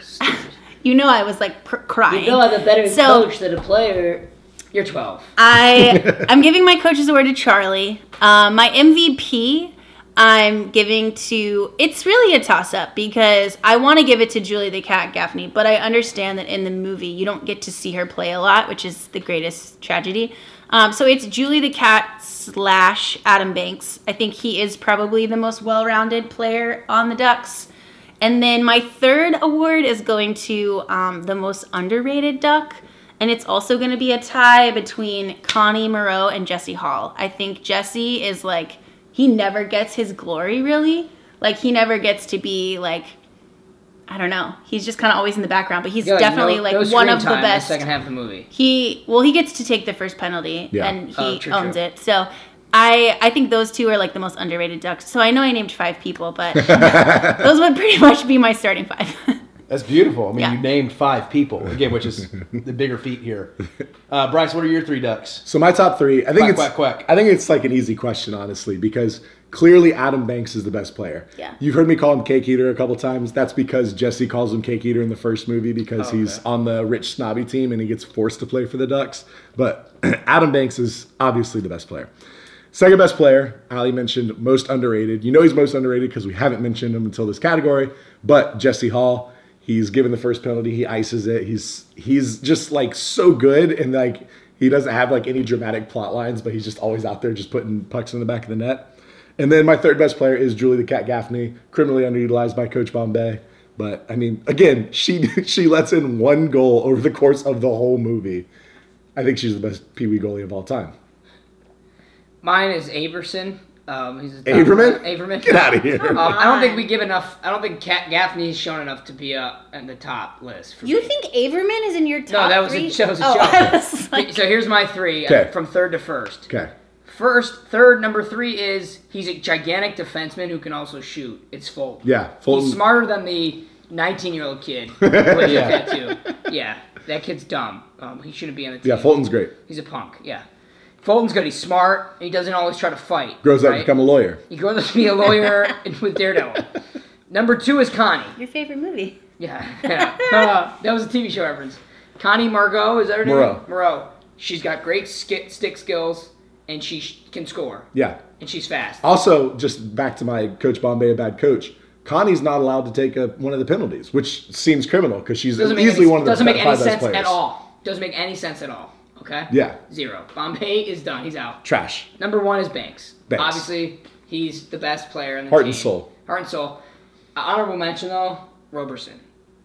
you know, I was like pr- crying.
a better
So- coach
than a player. You're 12.
I I'm giving my coach's award to Charlie. Uh, my MVP I'm giving to it's really a toss up because I want to give it to Julie the Cat Gaffney, but I understand that in the movie you don't get to see her play a lot, which is the greatest tragedy. Um, so it's Julie the Cat slash Adam Banks. I think he is probably the most well rounded player on the Ducks. And then my third award is going to um, the most underrated duck. And it's also going to be a tie between Connie Moreau and Jesse Hall. I think Jesse is like, he never gets his glory really. Like, he never gets to be like, I don't know. He's just kind of always in the background, but he's definitely like one of the best.
second half of the movie.
He, well, he gets to take the first penalty
Yeah.
and he
Oh, true,
owns
true.
it. So I, I think those two are like the most underrated ducks. So I know I named five people, but (laughs) those would pretty much be my starting five. (laughs)
That's beautiful. I mean,
Yeah.
you named five people again, which is the bigger feat here. Uh, Bryce, what are your three ducks?
So my top three, I think
Quack,
it's
quack, quack.
I think it's like an easy question, honestly, because clearly Adam Banks is the best player.
Yeah.
You've heard me call him Cake Eater a couple times. That's because Jesse calls him Cake Eater in the first movie because he's on the rich snobby team and he gets forced to play for the Ducks. But (clears throat) Adam Banks is obviously the best player. Second best player, Ali mentioned most underrated. You know he's most underrated because we haven't mentioned him until this category. But Jesse Hall, he's given the first penalty, he ices it. He's he's just like so good and like he doesn't have like any dramatic plot lines, but he's just always out there just putting pucks in the back of the net. And then my third best player is Julie the Cat Gaffney, criminally underutilized by Coach Bombay. But I mean, again, she (laughs) she lets in one goal over the course of the whole movie. I think she's the best Pee Wee goalie of all time.
Mine is Averson. Um, he's a top-
Averman?
Averman.
Get out of here.
(laughs) Um, I don't think we give enough. I don't think Cat Gaffney's shown enough to be uh, in the top list. For
you
me.
think Averman is in your top?
that was a-
three?
that was a
oh,
joke.
(laughs) I was like,
So here's my three uh,
Okay.
from third to first.
Okay.
First, third, number three is he's a gigantic defenseman who can also shoot. It's Fulton.
Yeah, Fulton.
He's smarter than the 19 year
(laughs)
old kid. who plays with that too. Yeah, that kid's dumb. Um, he shouldn't be on the team.
Yeah, Fulton's great.
He's a punk. Yeah. Fulton's good. He's smart. He doesn't always try to fight.
Grows up to
right?
become a lawyer.
He grows up to be
(laughs)
a lawyer with Daredevil. Number two is Connie.
your favorite movie?
Yeah. (laughs) yeah. that was a TV show reference. Connie Margot, is that her name?
Moreau.
Moreau. She's got great skit, stick skills, and she sh- can score.
Yeah.
And she's fast.
Also, just back to my Coach Bombay, a bad coach. Connie's not allowed to take a, one of the penalties, which seems criminal because she's
doesn't make
easily
any,
one of the
doesn't make
five
any
best
sense
players.
at all. Doesn't make any sense at all. Okay.
Yeah.
Zero. Bombay is done. He's out.
Trash.
Number one is Banks.
Banks.
Obviously, he's the best player in the
Heart and
team.
soul.
Heart and soul. Uh, honorable mention though, Roberson,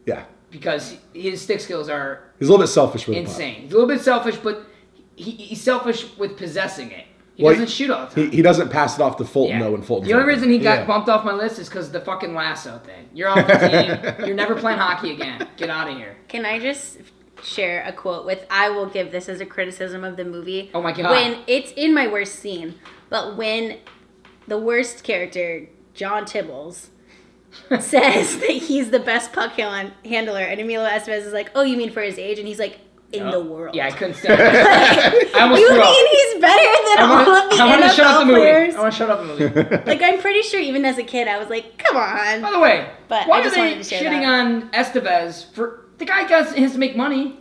Yeah.
because his stick skills are
He's a little bit selfish with the puck.
insane. He's a little bit selfish, but he, he's selfish with possessing it. He
Well,
doesn't shoot all the time.
He, he doesn't pass it off to Fulton
Yeah.
though. When Fulton,
the only reason he got
Yeah.
bumped off my list is because the fucking lasso thing. You're off the
(laughs)
team. You're never playing hockey again. Get out of here.
Can I just share a quote with I will give this as a criticism of the movie.
Oh my God.
When it's in my worst scene, but when the worst character, John
(laughs)
Tibbles, says that he's the best puck han- handler and Emilio Estevez is like, "Oh, you mean for his age?" and he's like, in the world.
Yeah, I couldn't stand
(laughs)
it. I almost
You
threw up.
mean he's better than
I wanna-
all of the
I wanna
NFL
shut up the movie.
players?
I want to shut up the movie.
Like I'm pretty sure even as a kid I was like, come
(laughs) By
on.
the way,
But
why
I
are
just
they
wanted to share
shitting
that.
on Estevez for the guy got his to make money?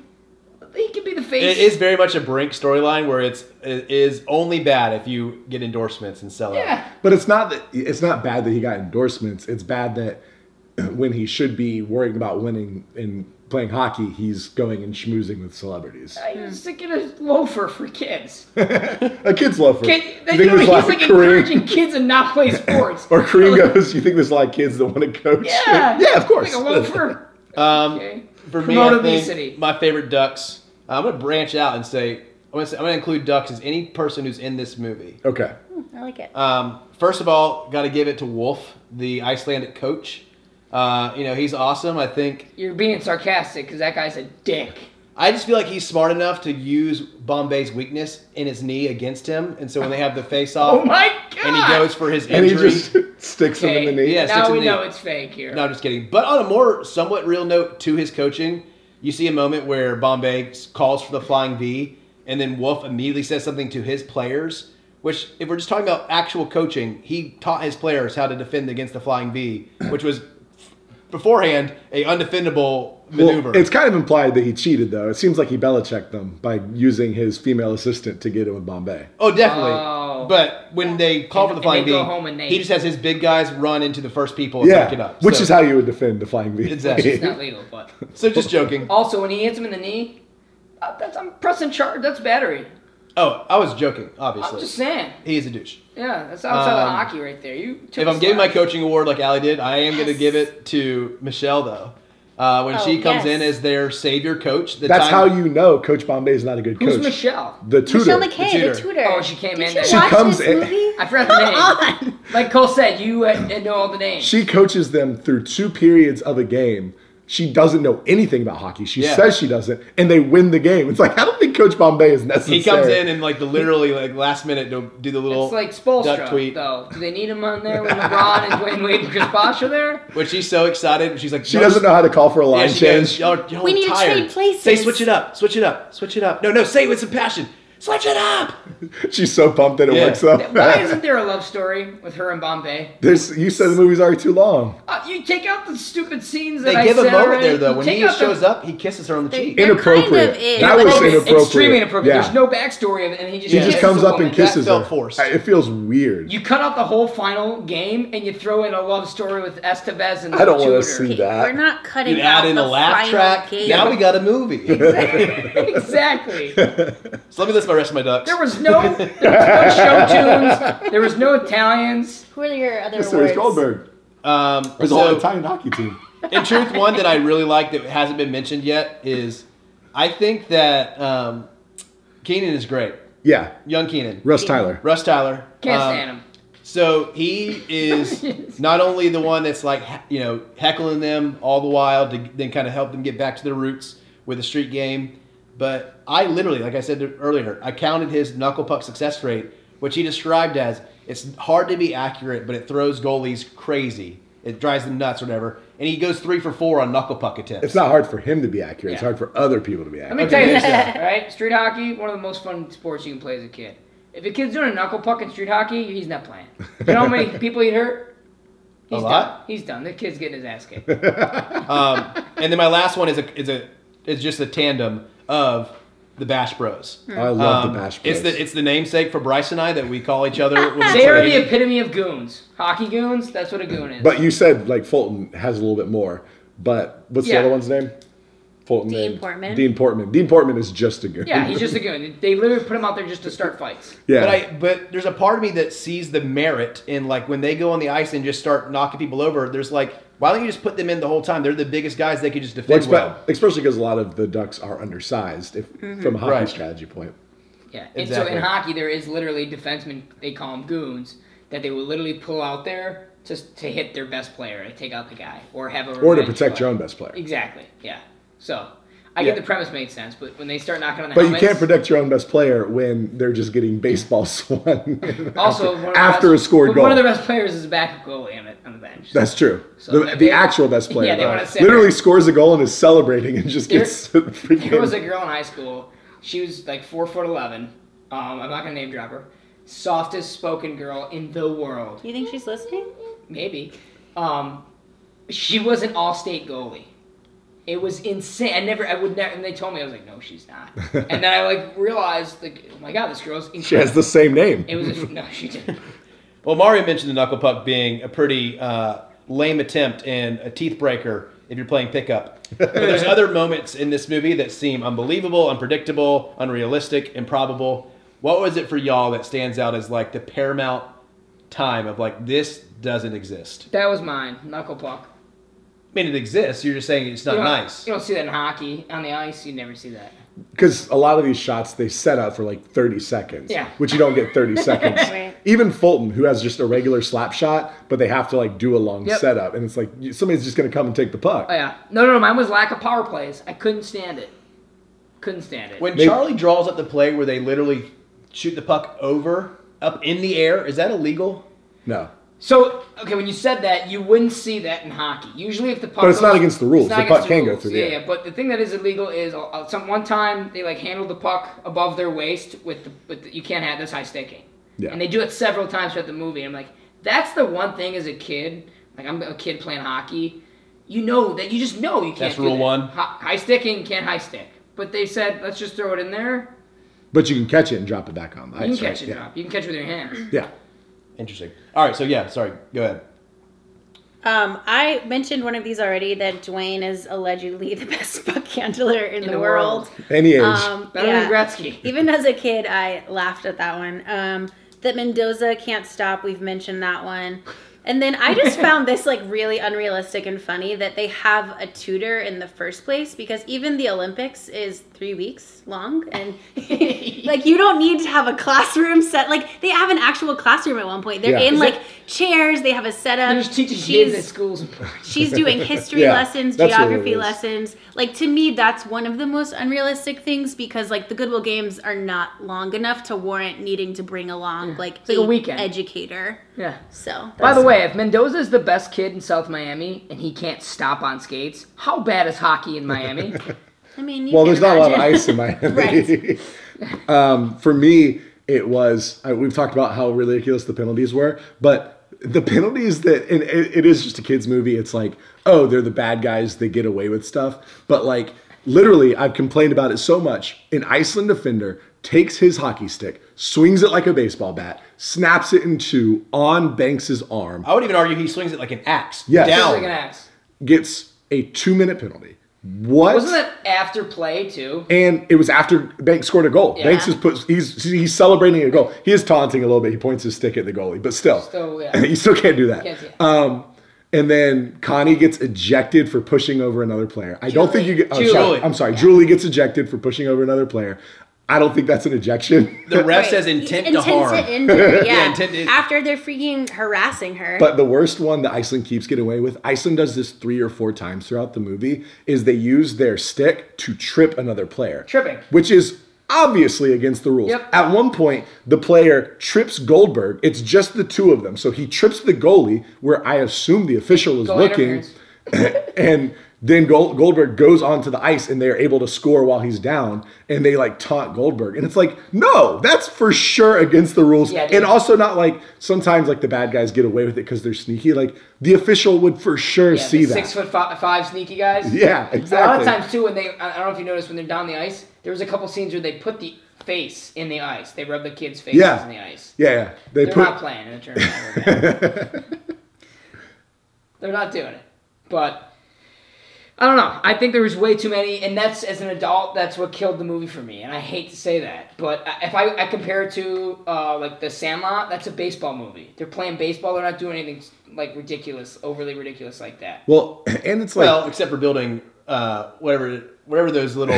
He could be the face.
It is very much a brink storyline where it's it is only bad if you get endorsements and sell out.
Yeah.
But it's not that it's not bad that he got endorsements. It's bad that (clears throat) when he should be worrying about winning and playing hockey, he's going and schmoozing with celebrities.
He was thinking a loafer
(laughs)
for kids.
A Uh, kid's loafer.
Kid,
You
you know,
there's
he's
a lot
like
of Korean-
(laughs)
encouraging kids to not play sports.
Or Kareem goes, you think there's a lot of kids that want to coach?
Yeah.
yeah, of course.
Like a loafer.
(laughs) Um,
Okay.
For me,
Promote
I think
obesity.
my favorite ducks. I'm gonna branch out and say I'm gonna, say, I'm gonna include ducks as any person who's in this movie.
Okay.
I like it.
Uh,
Um, first of all, got to give it to Wolf, the Icelandic coach. Uh, you know he's awesome. I think
You're being sarcastic because that guy's a dick.
I just feel like he's smart enough to use Bombay's weakness in his knee against him, and so when they have the face off,
Oh my god!
and he goes for his
And
injury.
he just (laughs) sticks him in the knee.
Yeah, sticks
now
in
we
the-
know it's fake here.
No, I'm just kidding. But on a more somewhat real note to his coaching, you see a moment where Bombay calls for the flying V, and then Wolf immediately says something to his players. Which, if we're just talking about actual coaching, he taught his players how to defend against the flying V, which was beforehand a undefendable
Well,
maneuver.
it's kind of implied that he cheated, though. It seems like he Belichicked them by using his female assistant to get in with Bombay.
oh, definitely.
Oh.
But when they call for
And-
the flying
and they go home and
V,
they-
he just has his big guys run into the first people and pick it
yeah,
up.
which
So-
is how you would defend the flying V.
Exactly. (laughs)
(laughs)
It's not legal, but
So just joking.
also when he hits him in the knee, uh, that's I'm pressing charge. That's battery.
Oh, I was joking.
I'm
Obviously,
just saying.
he is a douche.
Yeah, that's outside of
Um,
hockey right there. You. Took
if
a
I'm giving my
slap.
coaching award like Ali did, I am going to
Yes.
give it to Michelle though. Uh, when
Oh,
she comes
yes.
in as their savior coach, the
That's
time-
how you know Coach Bombay is not a good
Who's
coach.
Michelle?
The tutor.
Michelle McKay, the
tutor.
tutor.
Oh, she came
Did
in
you
there.
She
watch
comes
this
in-
movie?
(laughs) I
(laughs)
forgot the name.
Come on.
Like Cole said, you uh, didn't know all the names.
She coaches them through two periods of a game. She doesn't know anything about hockey. She
Yeah.
says she doesn't, and they win the game. It's like I don't think Coach Bombay is necessary.
he comes in and like the literally like last minute to do the little
it's like
duck
Spolstra,
tweet,
though. Do they need him on there when LeBron and Dwayne Wade and Chris Bosh are
(laughs)
there?
which she's so excited. She's like
she doesn't know how to call for a
Yeah,
line
she
change.
goes, y'all, are- y'all
We
are
need to
tired.
trade places.
Say switch it up, switch it up, switch it up. No, no, say it with some passion. Switch it up.
She's so pumped that it
Yeah.
works so
Why
fast.
isn't there a love story with her and Bombay?
(laughs) There's, you said the movie's already too long.
Uh, you take out the stupid scenes that
They
I
give a
said
moment
already.
there though.
You
When
take
he
out the-
shows up, he kisses her on the cheek.
They're
Inappropriate.
kind of in.
That was
Inappropriate.
inappropriate.
Extremely inappropriate.
Yeah.
There's no backstory of it, and he just
she
Yeah.
just
kisses
comes
a
up and
woman.
kisses
felt
her.
forced.
I- It feels weird.
You cut out the whole final game, and you throw in a love story with Estevez and
I don't wanna
Tudor.
see
Okay,
that.
We're not cutting
You add
out
in a
the
laugh
final
track.
game.
Now we got a
(laughs)
movie. so
(laughs)
(laughs)
exactly.
let me list my rest of my ducks.
There was no, there was no show tunes. There was no Italians.
Who are your other
Mr. Rich
awards?
Goldberg.
Um,
There's a
so-
whole Italian hockey team.
In truth, one that I really like that hasn't been mentioned yet is I think that um, Keenan is great.
Yeah,
Young Keenan.
Russ Tyler.
Russ Tyler.
Can't
Um,
stand him.
So he is not only the one that's like, he- you know, heckling them all the while to then kind of help them get back to their roots with a street game, but I literally, like I said earlier, I counted his knuckle puck success rate, which he described as it's hard to be accurate, but it throws goalies crazy. It drives them nuts or whatever. And he goes three for four on knuckle puck attempts.
It's not hard for him to be accurate. It's
Yeah.
hard for other people to be
Let me
accurate.
tell you
here's (laughs)
this, all right? Street hockey, one of the most fun sports you can play as a kid. If a kid's doing a knuckle puck in street hockey, he's not playing. You know
(laughs)
how many people he'd hurt? He's Done.
lot?
He's done. The kid's getting his
(laughs)
ass kicked.
Um, and then my last one is a is a is just a tandem of the Bash Bros.
I love
Um,
the Bash
It's
Bros.
the it's the namesake for Bryce and I that we call each other. When we
They are
play.
the epitome of goons. Hockey goons, that's what a goon is.
But you said like Fulton has a little bit more. But what's
Yeah.
the other one's name? Fulton.
Dean
named-
Portman.
Dean Portman. Dean Portman is just a good.
yeah, he's just a goon. They literally put him out there just to start fights.
(laughs) yeah.
But I but there's a part of me that sees the merit in like when they go on the ice and just start knocking people over. There's like why don't you just put them in the whole time? They're the biggest guys. They could just
Well,
defend
expe-
well.
especially because a lot of the Ducks are undersized, if
Mm-hmm.
from a hockey
Right.
strategy point.
Yeah. And so
Exactly.
in hockey, there is literally defensemen, they call them goons, that they will literally pull out there just to hit their best player, to take out the guy, or have a
Or to
revenge
protect
play.
your own best player.
Exactly. Yeah. So I
Yeah.
get the premise made sense, but when they start knocking on the
But you
helmets,
can't protect your own best player when they're just getting baseball (laughs)
(laughs)
swung
Also, one of the
after
best-
a scored
one
goal.
of the best players is a backup goalie on the, on the bench.
That's true.
So
the,
they-
the actual best player uh,
Yeah, they wanna sit
literally
there.
scores a goal and is celebrating and just
There-
gets (laughs) the freaking.
(laughs) There was a girl in high school. She was like four foot eleven. Um, I'm not gonna name drop her. Softest spoken girl in the world,
You think she's listening?
maybe. Um, she was an all-state goalie. It was insane. I never, I would never. And they told me, I was like, no, she's not. and then I like realized, like, oh my god, this girl's incredible.
she has the same name.
It was a, no, she didn't.
Well, Mario mentioned the knuckle puck being a pretty uh, lame attempt and a teeth breaker if you're playing pickup. But there's other moments in this movie that seem unbelievable, unpredictable, unrealistic, improbable. What was it for y'all that stands out as like the paramount time of like this doesn't exist?
That was mine. Knuckle puck.
I mean, it exists. You're just saying it's not
You don't-
Oh, nice.
You don't see that in hockey on the ice. You never see that.
because a lot of these shots they set up for like 30 seconds
Yeah.
which you don't get
(laughs)
30 seconds
Right.
even fulton who has just a regular slap shot but they have to like do a long
Yep.
setup and it's like you- somebody's just going to come and take the puck
Oh yeah. No, no, no. Mine was lack of power plays. I couldn't stand it. Couldn't stand it.
When
They-
Charlie draws up the play where they literally shoot the puck over up in the air, is that illegal?
no
so okay, when you said that, you wouldn't see that in hockey. Usually, if the puck.
But it's
goes-
not against the rules.
not
The
against
puck can go
rules.
through the
Yeah,
air.
yeah. But the thing that is illegal is uh, some one time they like handled the puck above their waist with the, with the you can't have this high sticking.
Yeah.
And they do it several times throughout the movie. I'm like, that's the one thing as a kid, like I'm a kid playing hockey, you know that you just know you can't.
That's
do
rule
that.
one.
Hi- High sticking can't high stick. But they said let's just throw it in there.
but you can catch it and drop it back on the
You
ice
can catch
right?
it
yeah.
drop. You can catch it with your hands.
yeah
Interesting. All right, so yeah, sorry. Go ahead.
Um, I mentioned one of these already that Dwayne is allegedly (laughs) the best puck handler in, the, world.
any age
Um,
Better
yeah.
than Gretzky.
Even as a kid, I laughed at that one. Um, that Mendoza can't stop. We've mentioned that one. And then I (laughs) just found this like really unrealistic and funny that they have a tutor in the first place because even the Olympics is three weeks long and (laughs) like you don't need to have a classroom set. Like they have an actual classroom at one point. They're
Yeah.
in
Is
like chairs. They have a setup.
They're just teaching kids at
She's-
schools. (laughs)
She's doing
(laughs)
history
Yeah,
lessons,
that's what it
geography
is.
lessons. Like to me, that's one of the most unrealistic things because like the Goodwill games are not long enough to warrant needing to bring along like
like a weekend.
educator.
yeah.
So
By
that's-
the way, if Mendoza is the best kid in South Miami and he can't stop on skates, how bad is hockey in Miami?
I mean, you
well
can
there's not a lot of
imagine.
ice
(laughs)
in miami
Right.
(laughs) um, for me it was I, we've talked about how ridiculous the penalties were but the penalties that and it, it is just a kids movie it's like oh they're the bad guys they get away with stuff but like literally i've complained about it so much an iceland defender takes his hockey stick swings it like a baseball bat snaps it in two on banks's arm
I would even argue he swings it like an axe.
Yes.
Down.
Like an axe.
gets a two minute penalty what
Wasn't that after play too?
and it was after Banks scored a goal.
Yeah.
Banks is put he's he's celebrating a goal. He is taunting a little bit. He points his stick at the goalie, but still, (laughs)
Still, yeah.
you still can't do that.
Can't do it.
Um, and then Connie gets ejected for pushing over another player. I don't think you get. Oh,
Julie.
Sorry, I'm sorry. Julie gets ejected for pushing over another player. I don't think that's an ejection.
The ref
Right.
says intent to
Intent
harm. (laughs)
injure, yeah.
intent to-
After they're freaking harassing her.
But the worst one that Iceland keeps getting away with, Iceland does this three or four times throughout the movie, is they use their stick to trip another player.
Tripping.
Which is obviously against the rules.
Yep.
At one point, the player trips Goldberg. It's just the two of them. So he trips the goalie, where I assume the official is
Goal
looking.
interference.
(coughs) and then Gold, Goldberg goes onto the ice and they're able to score while he's down and they like taunt Goldberg. And it's like, no, that's for sure against the rules.
Yeah, dude.
and also, not like sometimes like the bad guys get away with it because they're sneaky. Like the official would for sure
Yeah,
see
the
that.
six foot five, five sneaky guys.
yeah,
A lot of
exactly.
times too, when they I I don't know if you noticed when they're down the ice, there was a couple scenes where they put the face in the ice. They rub the kids' faces
Yeah.
in the ice.
yeah, yeah. They
They're
put
not playing in the tournament.
(laughs)
They're not doing it. But I don't know. I think there was way too many, and that's as an adult, that's what killed the movie for me. And I hate to say that, but I- if I, I compare it to uh, like The Sandlot, that's a baseball movie. They're playing baseball. They're not doing anything like ridiculous, overly ridiculous like that.
well, (clears throat) and it's like
Well, except for building uh, whatever whatever those
(laughs)
little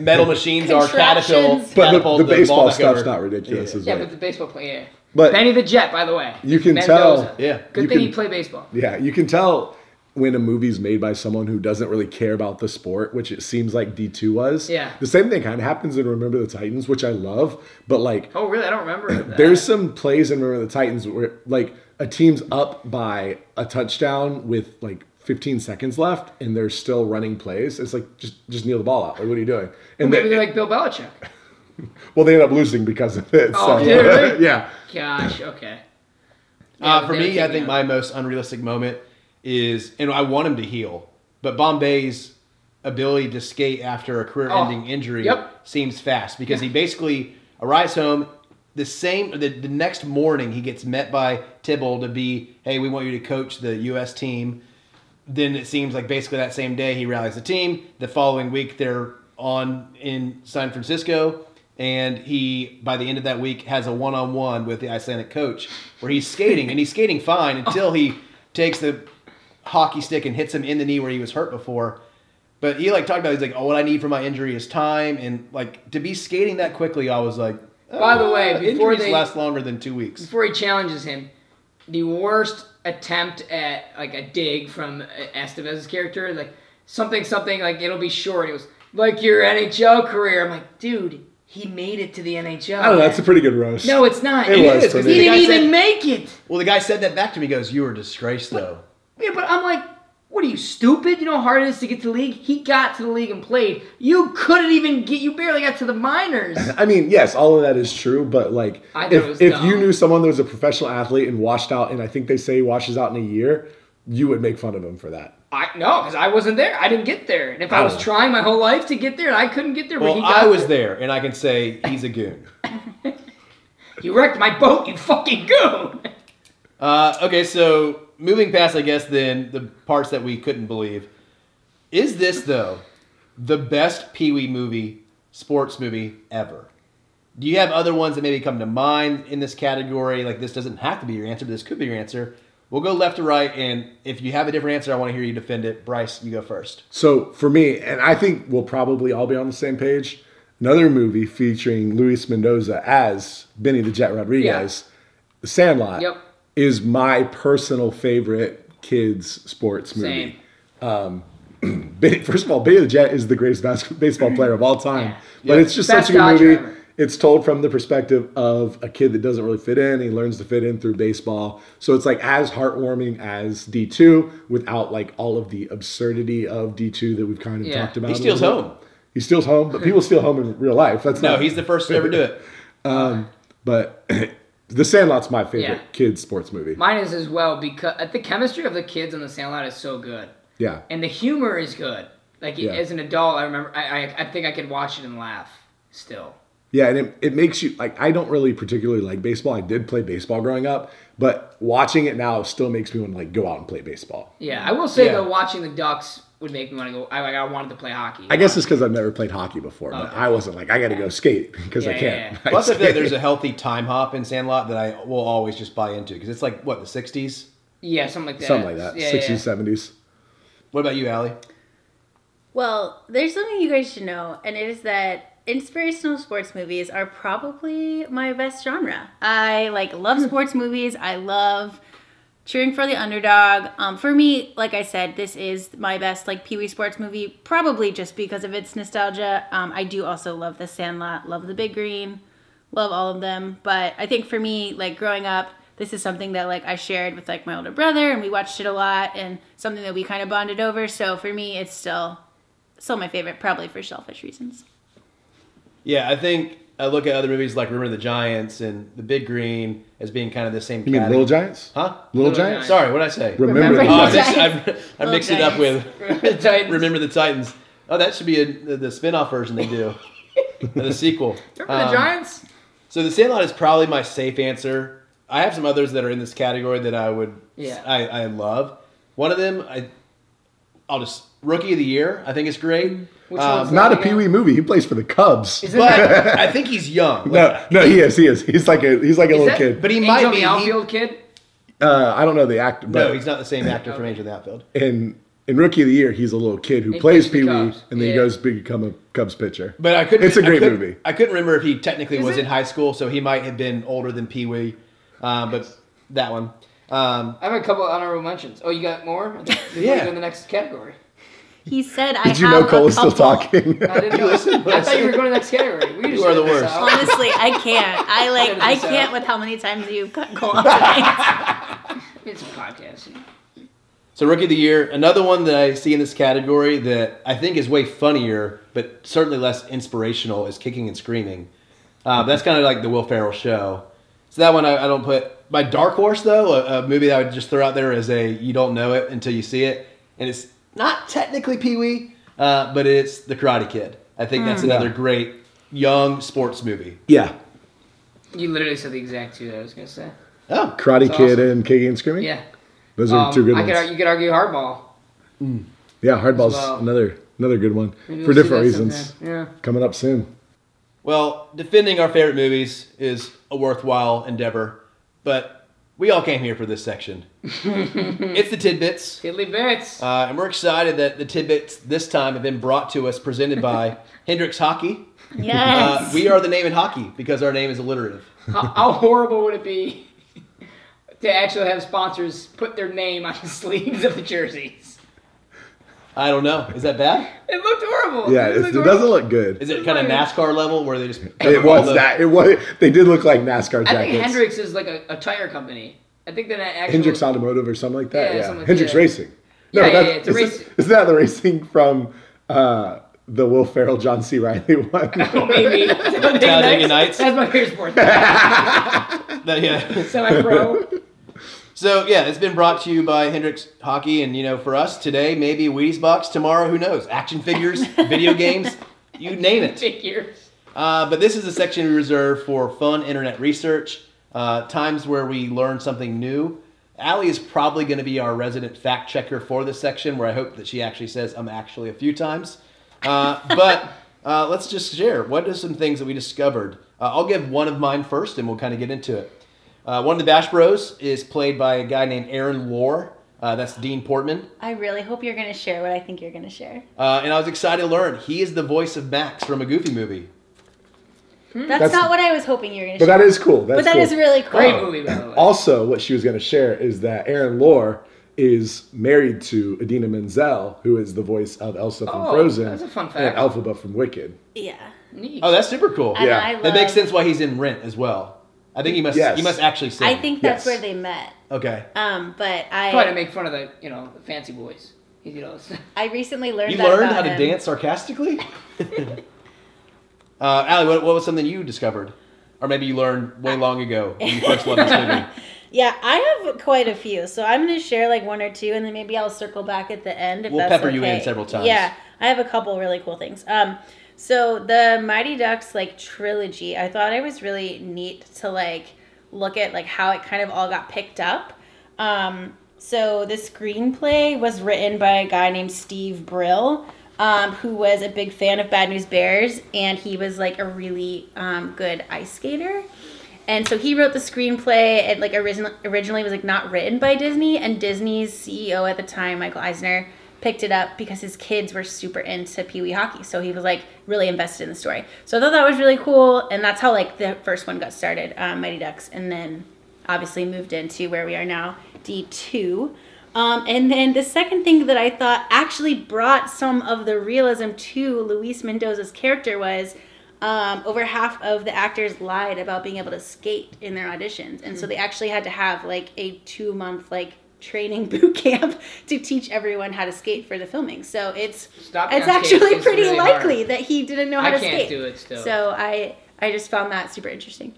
metal machines are, catapult,
but
Contraptions.
the,
catapult
the
ball
baseball
back
stuff's
over. Uh,
not ridiculous as
Yeah,
well.
but the baseball player.
But-
Benny the Jet, by the way.
You can
Mendoza.
tell-
Yeah.
Good
you
thing
can-
he played baseball.
Yeah, you can tell when a movie's made by someone who doesn't really care about the sport, which it seems like D2 was.
Yeah.
The same thing kind of happens in Remember the Titans, which I love, but like
Oh, really? I don't remember. that.
there's some plays in Remember the Titans where like a team's up by a touchdown with like 15 seconds left and they're still running plays. It's like just just kneel the ball out. Like what are you doing? And
Maybe
they,
they're like Bill Belichick.
well, they end up losing because of it.
Oh,
so,
did
(laughs)
they?
yeah.
Gosh, okay.
Uh,
Yeah,
for
they
me,
kick
I
me
think
out.
my most unrealistic moment is, and I want him to heal, but Bombay's ability to skate after a career-ending
Oh,
injury
yep.
seems fast because he basically arrives home the same the, the next morning he gets met by Tibble to be, hey, we want you to coach the U.S. team. Then it seems like basically that same day he rallies the team. The following week they're on in San Francisco. And he, by the end of that week, has a one-on-one with the Icelandic coach, where he's skating, and he's skating
(laughs) Oh.
fine until he takes the hockey stick and hits him in the knee where he was hurt before. But he like talked about, he's like, "Oh, what I need for my injury is time," and like to be skating that quickly, I was like,
By the way,
"Ah,
before
injuries
they-
last longer than two weeks."
Before he challenges him, the worst attempt at like a dig from uh, Estevez's character, like something, something, like it'll be short. It was like your NHL career. I'm like, dude, he made it to the NHL.
I don't know. That's a pretty good roast.
no, it's not.
It
He
was
did-
for
He
me.
didn't
The guy
even
said-
make it.
Well, the guy said that back to me. He Goes, "You were disgraced, though."
Yeah, but I'm like, what are you stupid? You know how hard it is to get to the league. He got to the league and played. You couldn't even get. You barely got to
(laughs)
the minors.
I mean, yes, all of that is true, but like,
I thought it
if,
was
if
dumb.
you knew someone that was a professional athlete and washed out, and I think they say washes out in a year, you would make fun of them for that.
I no, because I wasn't there. I didn't get there. And if I was
Oh.
trying my whole life to get there, I couldn't get there. but
Well,
he got
I was there, and I can say he's a goon.
You wrecked my boat, you fucking goon.
Uh, okay, so moving past, I guess, then the parts that we couldn't believe. Is this, though, the best Pee Wee movie, sports movie ever? Do you have other ones that maybe come to mind in this category? Like, this doesn't have to be your answer, but this could be your answer. We'll go left to right, and if you have a different answer, I want to hear you defend it. Bryce, you go first.
So for me, and I think we'll probably all be on the same page, another movie featuring Luis Mendoza as Benny the Jet Rodriguez, The Sandlot,
Yep.
is my personal favorite kids sports movie.
Same.
Benny, first of all, Benny the Jet is the greatest bas- baseball player of all time.
Yeah.
But it's just
Best
such a good
Dodger
movie.
ever.
It's told from the perspective of a kid that doesn't really fit in. He learns to fit in through baseball. So it's like as heartwarming as D2 without like all of the absurdity of D2 that we've kind of
Yeah.
talked about.
He
a
steals
little bit.
home.
He steals home, but people steal home in real life. That's
No,
not-
he's the first to ever do it.
But (clears throat) The Sandlot's my favorite
Yeah.
kid sports movie.
Mine is as well because uh, the chemistry of the kids on the Sandlot is so good,
yeah.
and the humor is good. Like
Yeah.
as an adult, I remember. I, I I think I could watch it and laugh still.
Yeah, and it, it makes you like I don't really particularly like baseball. I did play baseball growing up, but watching it now still makes me want to like go out and play baseball.
Yeah, I will say
Yeah.
though, watching the Ducks would make me want to go. I, I wanted to play hockey.
I guess it's because I've never played hockey before, but
Okay.
I wasn't like I got to go skate (laughs) because I
Yeah,
can't.
yeah,
Plus, (laughs) I feel like
skate.
there's a healthy time hop in Sandlot that I will always just buy into because it's like, what, the 60s?
yeah, something like
(laughs)
that.
something like that,
Yeah, yeah, yeah.
sixties, seventies.
What about you, Allie?
Well, there's something you guys should know, and it is that inspirational sports movies are probably my best genre. I like love sports movies. I love cheering for the underdog. Um, for me, like I said, this is my best like Pee Wee sports movie, probably just because of its nostalgia. Um, I do also love The Sandlot, love The Big Green, love all of them. But I think for me, like growing up, this is something that like I shared with like my older brother, and we watched it a lot, and something that we kind of bonded over. So for me, it's still still my favorite, probably for selfish reasons.
Yeah, I think I look at other movies like Remember the Giants and The Big Green as being kind of the same.
You mean Little Giants?
Huh?
Little,
Little
Giants?
Sorry, what did I say?
Remember,
Remember
the
Oh, I
Giants.
Giants?
mixed- I, I
Little
mixed it up with
The Titans.
Remember the Titans. Oh, that should be a, the, the spin-off version they
(laughs)
do, the sequel.
Remember the
Um,
Giants?
So The Sandlot is probably my safe answer. I have some others that are in this category that I would,
Yeah.
I, I love. One of them, I, I'll just Rookie of the Year. I think it's great.
Mm-hmm.
Um,
Which one's
uh, Not a
that
Pee
again?
Wee movie. He plays for the Cubs.
Is it (laughs)
But
that,
I think he's young.
no, no, he is. He is. He's like a he's like a
is
little
that
kid.
But he
Angel
might
in
be-
the
he-
outfield kid.
uh, I don't know the actor. But
no, he's not the same actor from Angel in the Outfield.
in in rookie of the year, he's a little kid who
He
plays
plays
Pee
the
Wee, and
Cubs.
then he
Yeah.
goes to become a Cubs pitcher.
But I couldn't.
It's a
I
great
couldn't-
movie.
I couldn't remember if he technically
Is
was
it?
in high school, so he might have been older than Pee Wee. Um, but that one. Um,
I have a couple honorable mentions. Oh, you got
(laughs)
more? Before
Yeah.
You go to the next category.
He said, "I
Did you
have
know Cole
a
is still
couple.
talking? (laughs)
I didn't know. I thought you were going to the next category. We
You are the worst.
Honestly, I can't.
(laughs)
I like. I
So-
can't with how many times you cut Cole off.
It's a podcast.
so rookie of the year, another one that I see in this category that I think is way funnier, but certainly less inspirational, is kicking and screaming. Uh, that's kind of like the Will Ferrell show. So that one I, I don't put. My dark horse though, a, a movie that I would just throw out there is a you don't know it until you see it, and it's not technically Pee Wee, uh, but it's The Karate Kid. I think that's another great young sports movie.
yeah.
You literally said the exact two that I was going to say.
Oh,
Karate
That's
Kid
awesome.
and Kicking and Screaming?
Yeah.
Those are
Um,
two good
I
ones.
could, ar- you could argue hardball.
yeah, Hardball's
well.
another another good one
Maybe
for
we'll see
different
that
reasons.
sometime. Yeah.
Coming up soon.
Well, defending our favorite movies is a worthwhile endeavor, but we all came here for this section. it's the tidbits,
Tiddly bits.
uh, and we're excited that the tidbits this time have been brought to us, presented by Hendrix Hockey.
(laughs)
yes.
Uh, we are the name in hockey because our name is alliterative.
how, how horrible would it be (laughs) to actually have sponsors put their name on the (laughs) sleeves of the jerseys?
I don't know. Is that bad?
It looked horrible.
Yeah,
it,
it's,
looked
it
horrible.
doesn't look good.
Is it kind of NASCAR level where they just
it was that. It was. They did look like NASCAR
I think
jackets.
Hendrix is like a, a tire company. I think that actually.
Hendrix Automotive or something like that.
Yeah,
Yeah,
something like
Hendrix
that.
Racing.
Yeah, yeah,
that's-
yeah, it's a
isn't-
race-
Isn't that the racing from uh, the Will Ferrell, John C. Riley (laughs)
(laughs)
one?
(laughs) Maybe. Talladega
Talladega Nights?
That's my favorite sport.
(laughs)
that yeah.
Semi-pro.
So yeah, it's been brought to you by Hendrix Hockey, and you know, for us today, maybe a Wheaties box. Tomorrow, who knows? Action figures, video games, you name it.
Figures.
Uh, but this is a section we reserve for fun internet research, uh, times where we learn something new. Allie is probably going to be our resident fact checker for this section, where I hope that she actually says "I'm actually" a few times. Uh, but uh, let's just share what are some things that we discovered. Uh, I'll give one of mine first, and we'll kind of get into it. Uh, one of the Bash Bros is played by a guy named Aaron Lore. Uh, that's Dean Portman.
I really hope you're going to share what I think you're going to share.
Uh, and I was excited to learn he is the voice of Max from a Goofy movie.
That's,
Mm-hmm. That's-
not what I was hoping you were going to
but
share.
that is cool. That's
but that
cool.
is really cool.
Great movie, by the way.
Also, what she was going to share is that Aaron Lore is married to Adina Menzel, who is the voice of Elsa from
Oh,
Frozen.
that's a fun
And
fact.
Elphaba from Wicked.
Yeah.
Neat.
Oh, that's super cool.
And
Yeah.
I love,
That makes sense why he's in Rent as well. I think he must.
Yes.
He must actually sing.
I think that's
Yes.
where they met.
Okay.
Um, but
Try to
I
make fun of the, you know, the fancy boys. You
(laughs)
know, it's-
I recently learned
You
that
learned
about
how to
him.
dance sarcastically. (laughs) uh, Allie, what, what was something you discovered, or maybe you learned way long ago when you
(laughs)
first loved this movie?
Yeah, I have quite a few, so I'm going to share like one or two, and then maybe I'll circle back at the end. If
We'll
that's
pepper you in
okay.
several times.
Yeah, I have a couple really cool things. Um, so the Mighty Ducks like trilogy, I thought it was really neat to like look at like how it kind of all got picked up. Um, so the screenplay was written by a guy named Steve Brill, um, who was a big fan of Bad News Bears, and he was like a really um, good ice skater. And so he wrote the screenplay. It like original, originally was like not written by Disney, and Disney's CEO at the time, Michael Eisner, picked it up because his kids were super into Pee Wee hockey. So he was like really invested in the story. So I thought that was really cool, and that's how like the first one got started, um, Mighty Ducks, and then obviously moved into where we are now, D two. Um, and then the second thing that I thought actually brought some of the realism to Luis Mendoza's character was um, over half of the actors lied about being able to skate in their auditions, and so they actually had to have like a two month like training (laughs) boot camp to teach everyone how to skate for the filming. So it's
Stopping
it's
on skates
actually
is
pretty
really hard.
likely that he didn't know how
I
to
can't
skate.
do it still.
So I I just found that super interesting.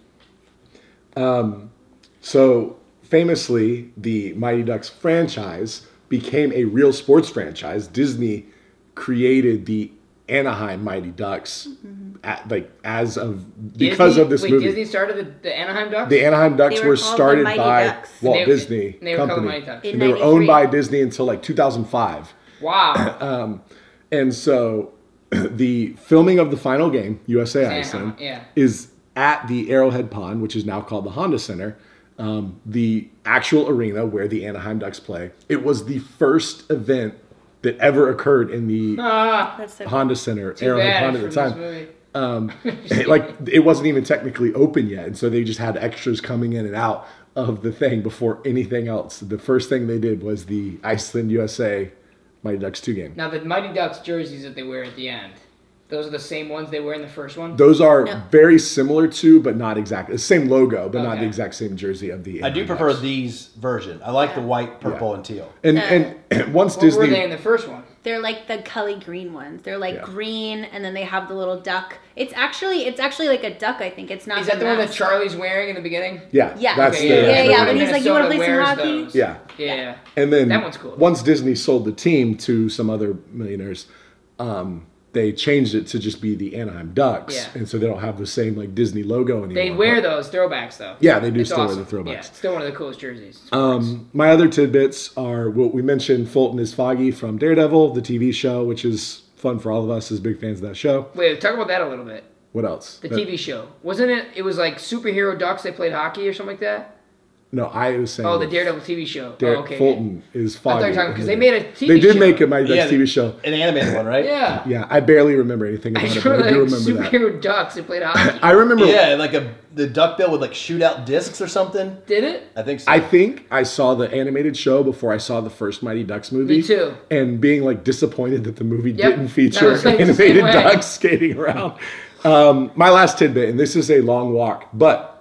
So famously, the Mighty Ducks franchise became a real sports franchise. Disney created the Anaheim Mighty Ducks, at, like as of because
Mm-hmm. Disney-
of this
wait,
movie.
Disney started the, the Anaheim Ducks?
The Anaheim Ducks
They
were,
were called the
started
Mighty
by
Ducks.
Walt
They-
Disney
they were called the
Company.
Mighty Ducks.
In
And they were owned
93.
by Disney until like 2005. (coughs)
wow.
And so (clears throat) the filming of the final game, USA Iceland,
uh-huh, yeah.
is at the Arrowhead Pond, which is now called the Honda Center, um, the actual arena where the Anaheim Ducks play. It was the first event that ever occurred in the
That's so
Honda Center,
Ah, Too
Arrowhead
bad
Pond at the
from
time.
this movie.
(laughs) It, like it wasn't even technically open yet, and so they just had extras coming in and out of the thing before anything else. The first thing they did was the Iceland USA Mighty Ducks 2 game.
Now the Mighty Ducks jerseys that they wear at the end, those are the same ones they wear in the first one.
Those are
No.
very similar to, but not exactly the same logo, but not the
Okay.
exact same jersey of the.
I do
Anaheim
prefer
Ducks.
these version. I like the white, purple, and teal.
And and (clears throat) once
what
Disney
were they in the first one?
They're like the Kelly green ones. They're like
Yeah.
green, and then they have the little duck. It's actually it's actually like a duck. I think it's not.
Is that the one that
mask.
Charlie's wearing in the beginning?
Yeah,
Yeah.
that's
Okay,
the,
yeah, yeah,
the-
when he's like, "You wanna play some
Minnesota
hockey?"
wears those.
yeah.
Yeah.
And then
That one's cool.
Once Disney sold the team to some other millionaires, um, they changed it to just be the Anaheim Ducks,
Yeah.
and so they don't have the same like Disney logo anymore.
They wear
But-
those throwbacks though.
Yeah, they do
It's
still wear
awesome.
the throwbacks.
Yeah, it's still one of the coolest jerseys.
Um, my other tidbits are what we mentioned. Fulton is Foggy from Daredevil, the TV show, which is fun for all of us as big fans of that show.
Wait, talk about that a little bit.
What else?
The TV show wasn't it? It was like superhero ducks. They played hockey or something like that.
No, I was saying.
Oh, the Daredevil TV show.
Dare-
oh, okay.
Fulton is
you were
Foggy.
talking- 'cause they made a TV
They did
show.
make a Mighty Ducks
Yeah,
TV show.
An animated one, right?
Yeah.
Yeah, I barely remember anything about
(laughs) I
it,
really
but I do
like
remember that.
superhero ducks. They played hockey.
(laughs) I remember.
Yeah, like a the duckbill would like shoot out discs or something.
Did it?
I think so.
I think I saw the animated show before I saw the first Mighty Ducks movie.
Me too.
And being like disappointed that the movie
Yep.
didn't
That
feature
was, like, the same
animated
way.
ducks skating around. Um, my last tidbit, and this is a long walk, but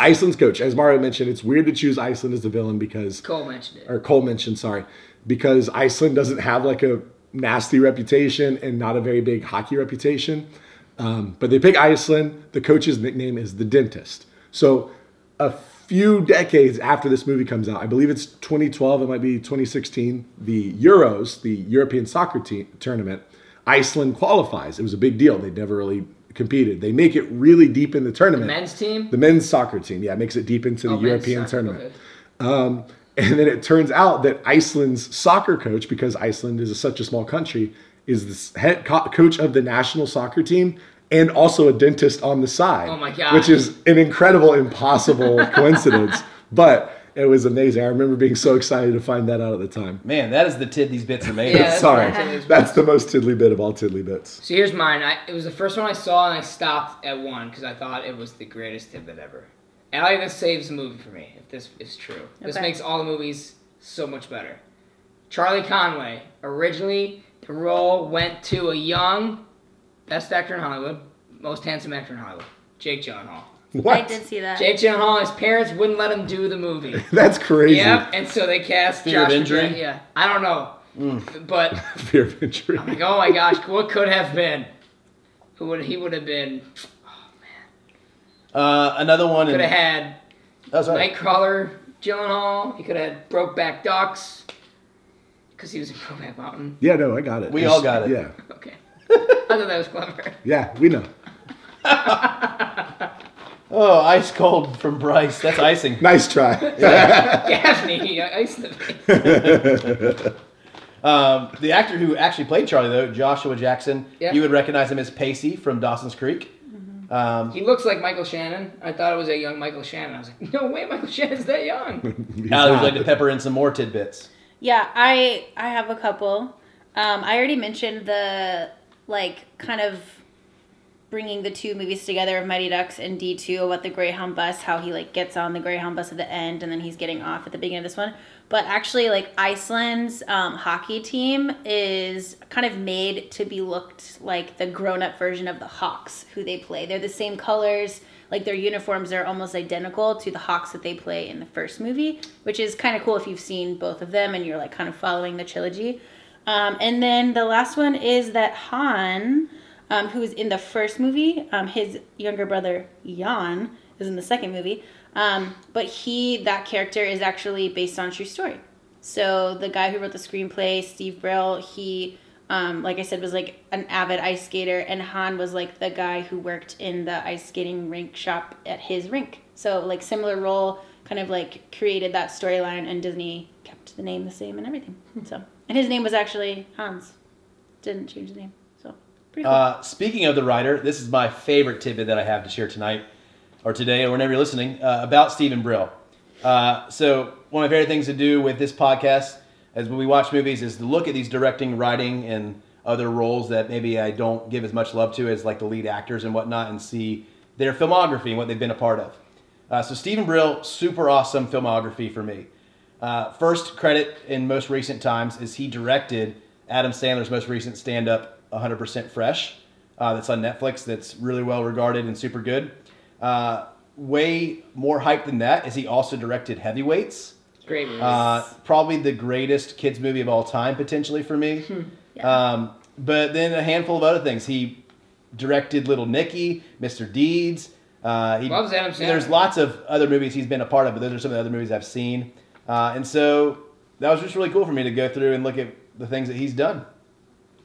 Iceland's coach, as Mario mentioned, it's weird to choose Iceland as the villain because
Cole mentioned it.
or Cole mentioned, sorry, because Iceland doesn't have like a nasty reputation and not a very big hockey reputation. Um, but they pick Iceland. The coach's nickname is the dentist. So a few decades after this movie comes out, I believe it's 2012, it might be 2016, the Euros, the European soccer te- tournament, Iceland qualifies. It was a big deal. They never really competed. They make it really deep in the tournament.
Men's team.
The men's soccer team, yeah, makes it deep into the
Oh, men's
European
soccer,
tournament.
okay.
Um, and then it turns out that Iceland's soccer coach, because Iceland is such a small country, is the s- head co- coach of the national soccer team and also a dentist on the side.
Oh my gosh.
Which is an incredible,
(laughs)
impossible coincidence. But it was amazing. I remember being so excited to find that out at the time.
Man, that is the tid these bits are made.
Yeah,
of.
that's (laughs)
Sorry,
what I said.
that's the most tiddly bit of all tiddly bits.
So here's mine. I, it was the first one I saw, and I stopped at one because I thought it was the greatest tidbit ever. And I think this saves the movie for me if this is true. This
Okay.
makes all the movies so much better. Charlie Conway originally the role went to a young best actor in Hollywood, most handsome actor in Hollywood, Jake Gyllenhaal.
What?
I did see that.
Jake Gyllenhaal, his parents wouldn't let him do the movie.
That's crazy. (laughs)
yep, and so they cast
Fear of
Josh
injury? Mm.
Brolin. Yeah, I don't know, but
Fear of injury.
like, oh my gosh, what could have been? Who would he would have been?
Uh, another one.
Could have
In,
had
oh, sorry.
Nightcrawler, Gyllenhaal. He could have had Brokeback Ducks, because he was in Brokeback Mountain.
Yeah, no, I got it.
We
It's-
all got it.
Yeah,
Okay, I thought that
(laughs)
was clever.
yeah, we know.
Oh, ice cold from Bryce. That's icing.
Nice try.
Daphne, I used to
Um, the actor who actually played Charlie, though, Joshua Jackson,
Yeah.
you would recognize him as Pacey from Dawson's Creek. Um,
He looks like Michael Shannon. I thought it was a young Michael Shannon. I was like, no way, Michael Shannon's that young.
I would like to pepper in some more tidbits.
Yeah, I I have a couple. Um, I already mentioned the like kind of bringing the two movies together of Mighty Ducks and D two about the Greyhound bus, how he like gets on the Greyhound bus at the end and then he's getting off at the beginning of this one. But actually, like Iceland's um, hockey team is kind of made to be looked like the grown up version of the Hawks, who they play. They're the same colors. Like their uniforms are almost identical to the Hawks that they play in the first movie, which is kind of cool if you've seen both of them and you're like kind of following the trilogy. Um, and then the last one is that Han, um, who is in the first movie, um, his younger brother Jan is in the second movie, um, but he that character is actually based on a true story. So the guy who wrote the screenplay, Steve Brill, he, um, like I said, was like an avid ice skater, and Han was like the guy who worked in the ice skating rink shop at his rink. So like similar role, kind of like created that storyline, and Disney kept the name the same and everything. So and his name was actually Hans, didn't change the name. So pretty cool.
Uh, speaking of the writer, this is my favorite tidbit that I have to share tonight, or today, or whenever you're listening, uh, about Stephen Brill. Uh, so, one of my favorite things to do with this podcast, as when we watch movies, is to look at these directing, writing, and other roles that maybe I don't give as much love to as like the lead actors and whatnot, and see their filmography and what they've been a part of. Uh, so Stephen Brill, super awesome filmography for me. Uh, first credit in most recent times is he directed Adam Sandler's most recent stand-up, 100% Fresh. Uh, that's on Netflix. That's really well regarded and super good. Uh, way more hype than that is he also directed Heavyweights.
Great movie.
Uh, probably the greatest kids movie of all time, potentially for me.
Hmm.
um, but then a handful of other things. He directed Little Nicky, Mr. Deeds. Uh, he
Loves Adam Sandler.
There's lots of other movies he's been a part of, but those are some of the other movies I've seen. Uh, and so that was just really cool for me to go through and look at the things that he's done.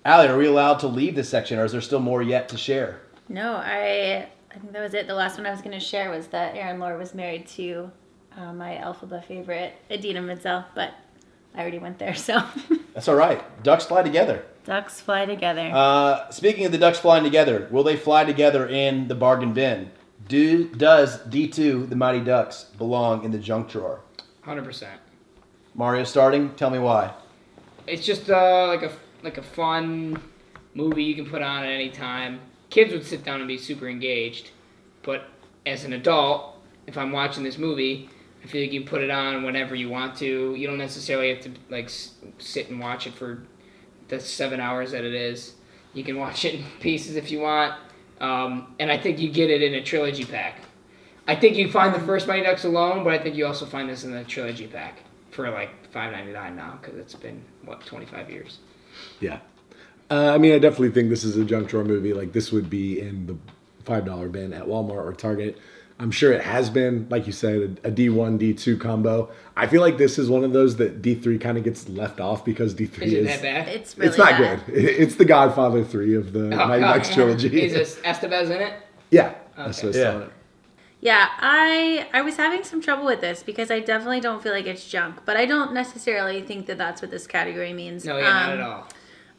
Allie, are we allowed to leave this section, or is there still more yet to share?
No, I I think that was it. The last one I was going to share was that Aaron Lore was married to uh, my Alphaba favorite, Adina Menzel, but I already went there, (laughs) so
That's all right. Ducks fly together.
ducks fly together.
Uh, speaking of the ducks flying together, will they fly together in the bargain bin? Do does D two the Mighty Ducks belong in the junk drawer?
Hundred percent.
Mario starting. Tell me why.
It's just uh, like a like a fun movie you can put on at any time. Kids would sit down and be super engaged, but as an adult, if I'm watching this movie, I feel like you can put it on whenever you want to. You don't necessarily have to like s- sit and watch it for the seven hours that it is. You can watch it in (laughs) pieces if you want, um, and I think you get it in a trilogy pack. I think you find the first Mighty Ducks alone, but I think you also find this in the trilogy pack for like five ninety nine now because it's been what twenty five years.
Yeah. Uh, I mean, I definitely think this is a junk drawer movie. Like, this would be in the $5 bin at Walmart or Target. I'm sure it has been, like you said, a D1, D2 combo. I feel like this is one of those that D3 kind of gets left off because D3 is.
Is it that bad?
it's really
it's not
bad.
good. (laughs) It- It's the Godfather 3 of the
(laughs) Oh,
Mighty
God.
Ducks
(laughs)
trilogy.
Is this Estevez in it?
(laughs) yeah. That's what I
Yeah.
saw it.
Yeah, I I was having some trouble with this because I definitely don't feel like it's junk, but I don't necessarily think that that's what this category means.
No, yeah, not
Um,
at all.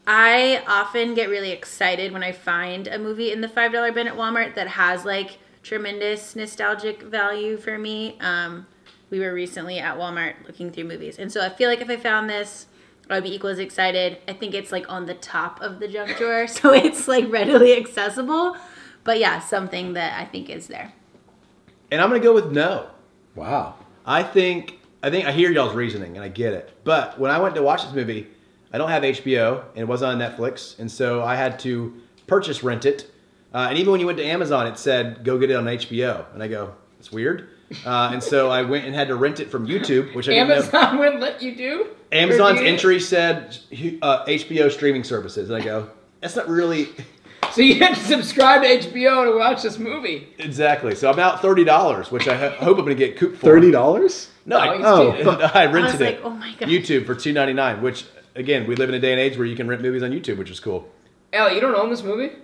I often get really excited when I find a movie in the five dollar bin at Walmart that has like tremendous nostalgic value for me. Um, we were recently at Walmart looking through movies, and so I feel like if I found this, I would be equally as excited. I think it's like on the top of the junk drawer, (laughs) so it's like readily accessible. But yeah, something that I think is there.
And I'm gonna go with no.
Wow.
I think I think I hear y'all's reasoning and I get it. But when I went to watch this movie, I don't have HBO and it wasn't on Netflix, and so I had to purchase rent it. Uh, and even when you went to Amazon, it said go get it on HBO, and I go it's weird. Uh, and so I went and had to rent it from YouTube, which I didn't know.
Amazon (laughs) would let you do.
Amazon's
Review?
entry said uh, HBO streaming services, and I go, that's not really (laughs)
So you had to subscribe to HBO to watch this movie.
exactly. So I'm out thirty dollars, which I ho- hope I'm gonna get couped for.
$30?
No,
Oh,
I,
you
oh, (laughs)
cheated.
I rented
I was like,
it.
oh my God.
YouTube for two ninety nine, which again, we live in a day and age where you can rent movies on YouTube, which is cool.
Ellie, you don't own this movie?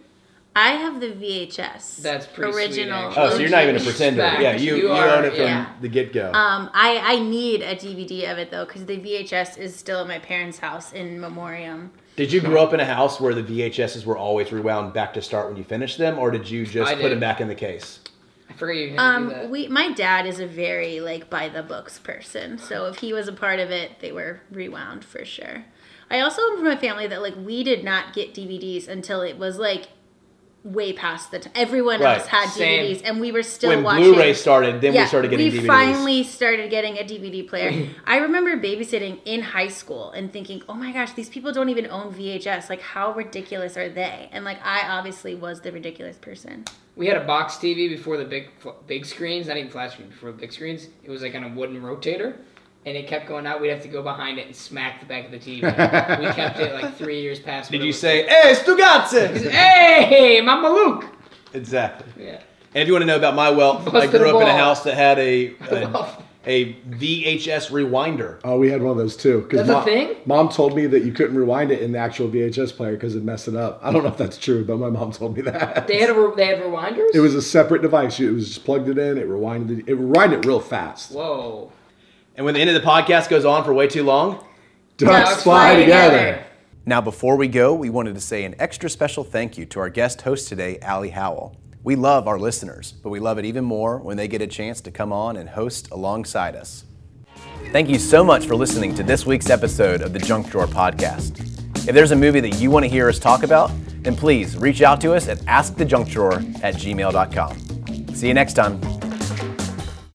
I have the VHS.
That's pretty sweet,
original.
actually.
Oh, so you're not even a
OG.
pretender. Yeah, you,
You
you,
are,
own it from
yeah.
the get go.
Um, I, I need a DVD of it though because the VHS is still at my parents' house in memoriam.
did you grow up in a house where the VHSs were always rewound back to start when you finished them, or did you just
I
put
did.
them back in the case?
I forgot you had to do that.
Um, we my dad is a very like by the books person, so if he was a part of it, they were rewound for sure. I also am from a family that like we did not get DVDs until it was like way past the time. Everyone
Right.
else had
Same.
DVDs, and we were still
when
watching.
Blu-ray started, then
yeah,
we started getting
we
DVDs.
finally started getting a DVD
(clears throat)
player. I remember babysitting in high school and thinking, "Oh my gosh, these people don't even own VHS. Like, how ridiculous are they?" And like, I obviously was the ridiculous person.
We had a box TV before the big fl- big screens, not even flat screen, before the big screens. It was like on a wooden rotator, and it kept going out. We'd have to go behind it and smack the back of the TV.
(laughs)
we kept it like three years past.
Did
when it
you
was-
say, "Hey,
(laughs)
Stugazze"?
Hey, Mama Luke!
exactly.
Yeah.
And if you want to know about my wealth, I
Busted
grew
a
up in a
ball.
house that had
(laughs)
a a,
Well,
a VHS rewinder.
Oh, we had one of those too. 'cause
That's a
mom,
thing?
Mom told me that you couldn't rewind it in the actual VHS player because it messed it up. I don't know if that's true, but my mom told me that.
they had a, re- they had rewinders.
It was a separate device. You- It was just plugged it in. It rewinded. It, it rewinded it real fast.
Whoa.
And when the end of the podcast goes on for way too long,
Ducks fly together.
Now, before we go, we wanted to say an extra special thank you to our guest host today, Allie Howell. We love our listeners, but we love it even more when they get a chance to come on and host alongside us. Thank you so much for listening to this week's episode of the Junk Drawer Podcast. If there's a movie that you want to hear us talk about, then please reach out to us at askthejunkdrawer at gmail.com. See you next time.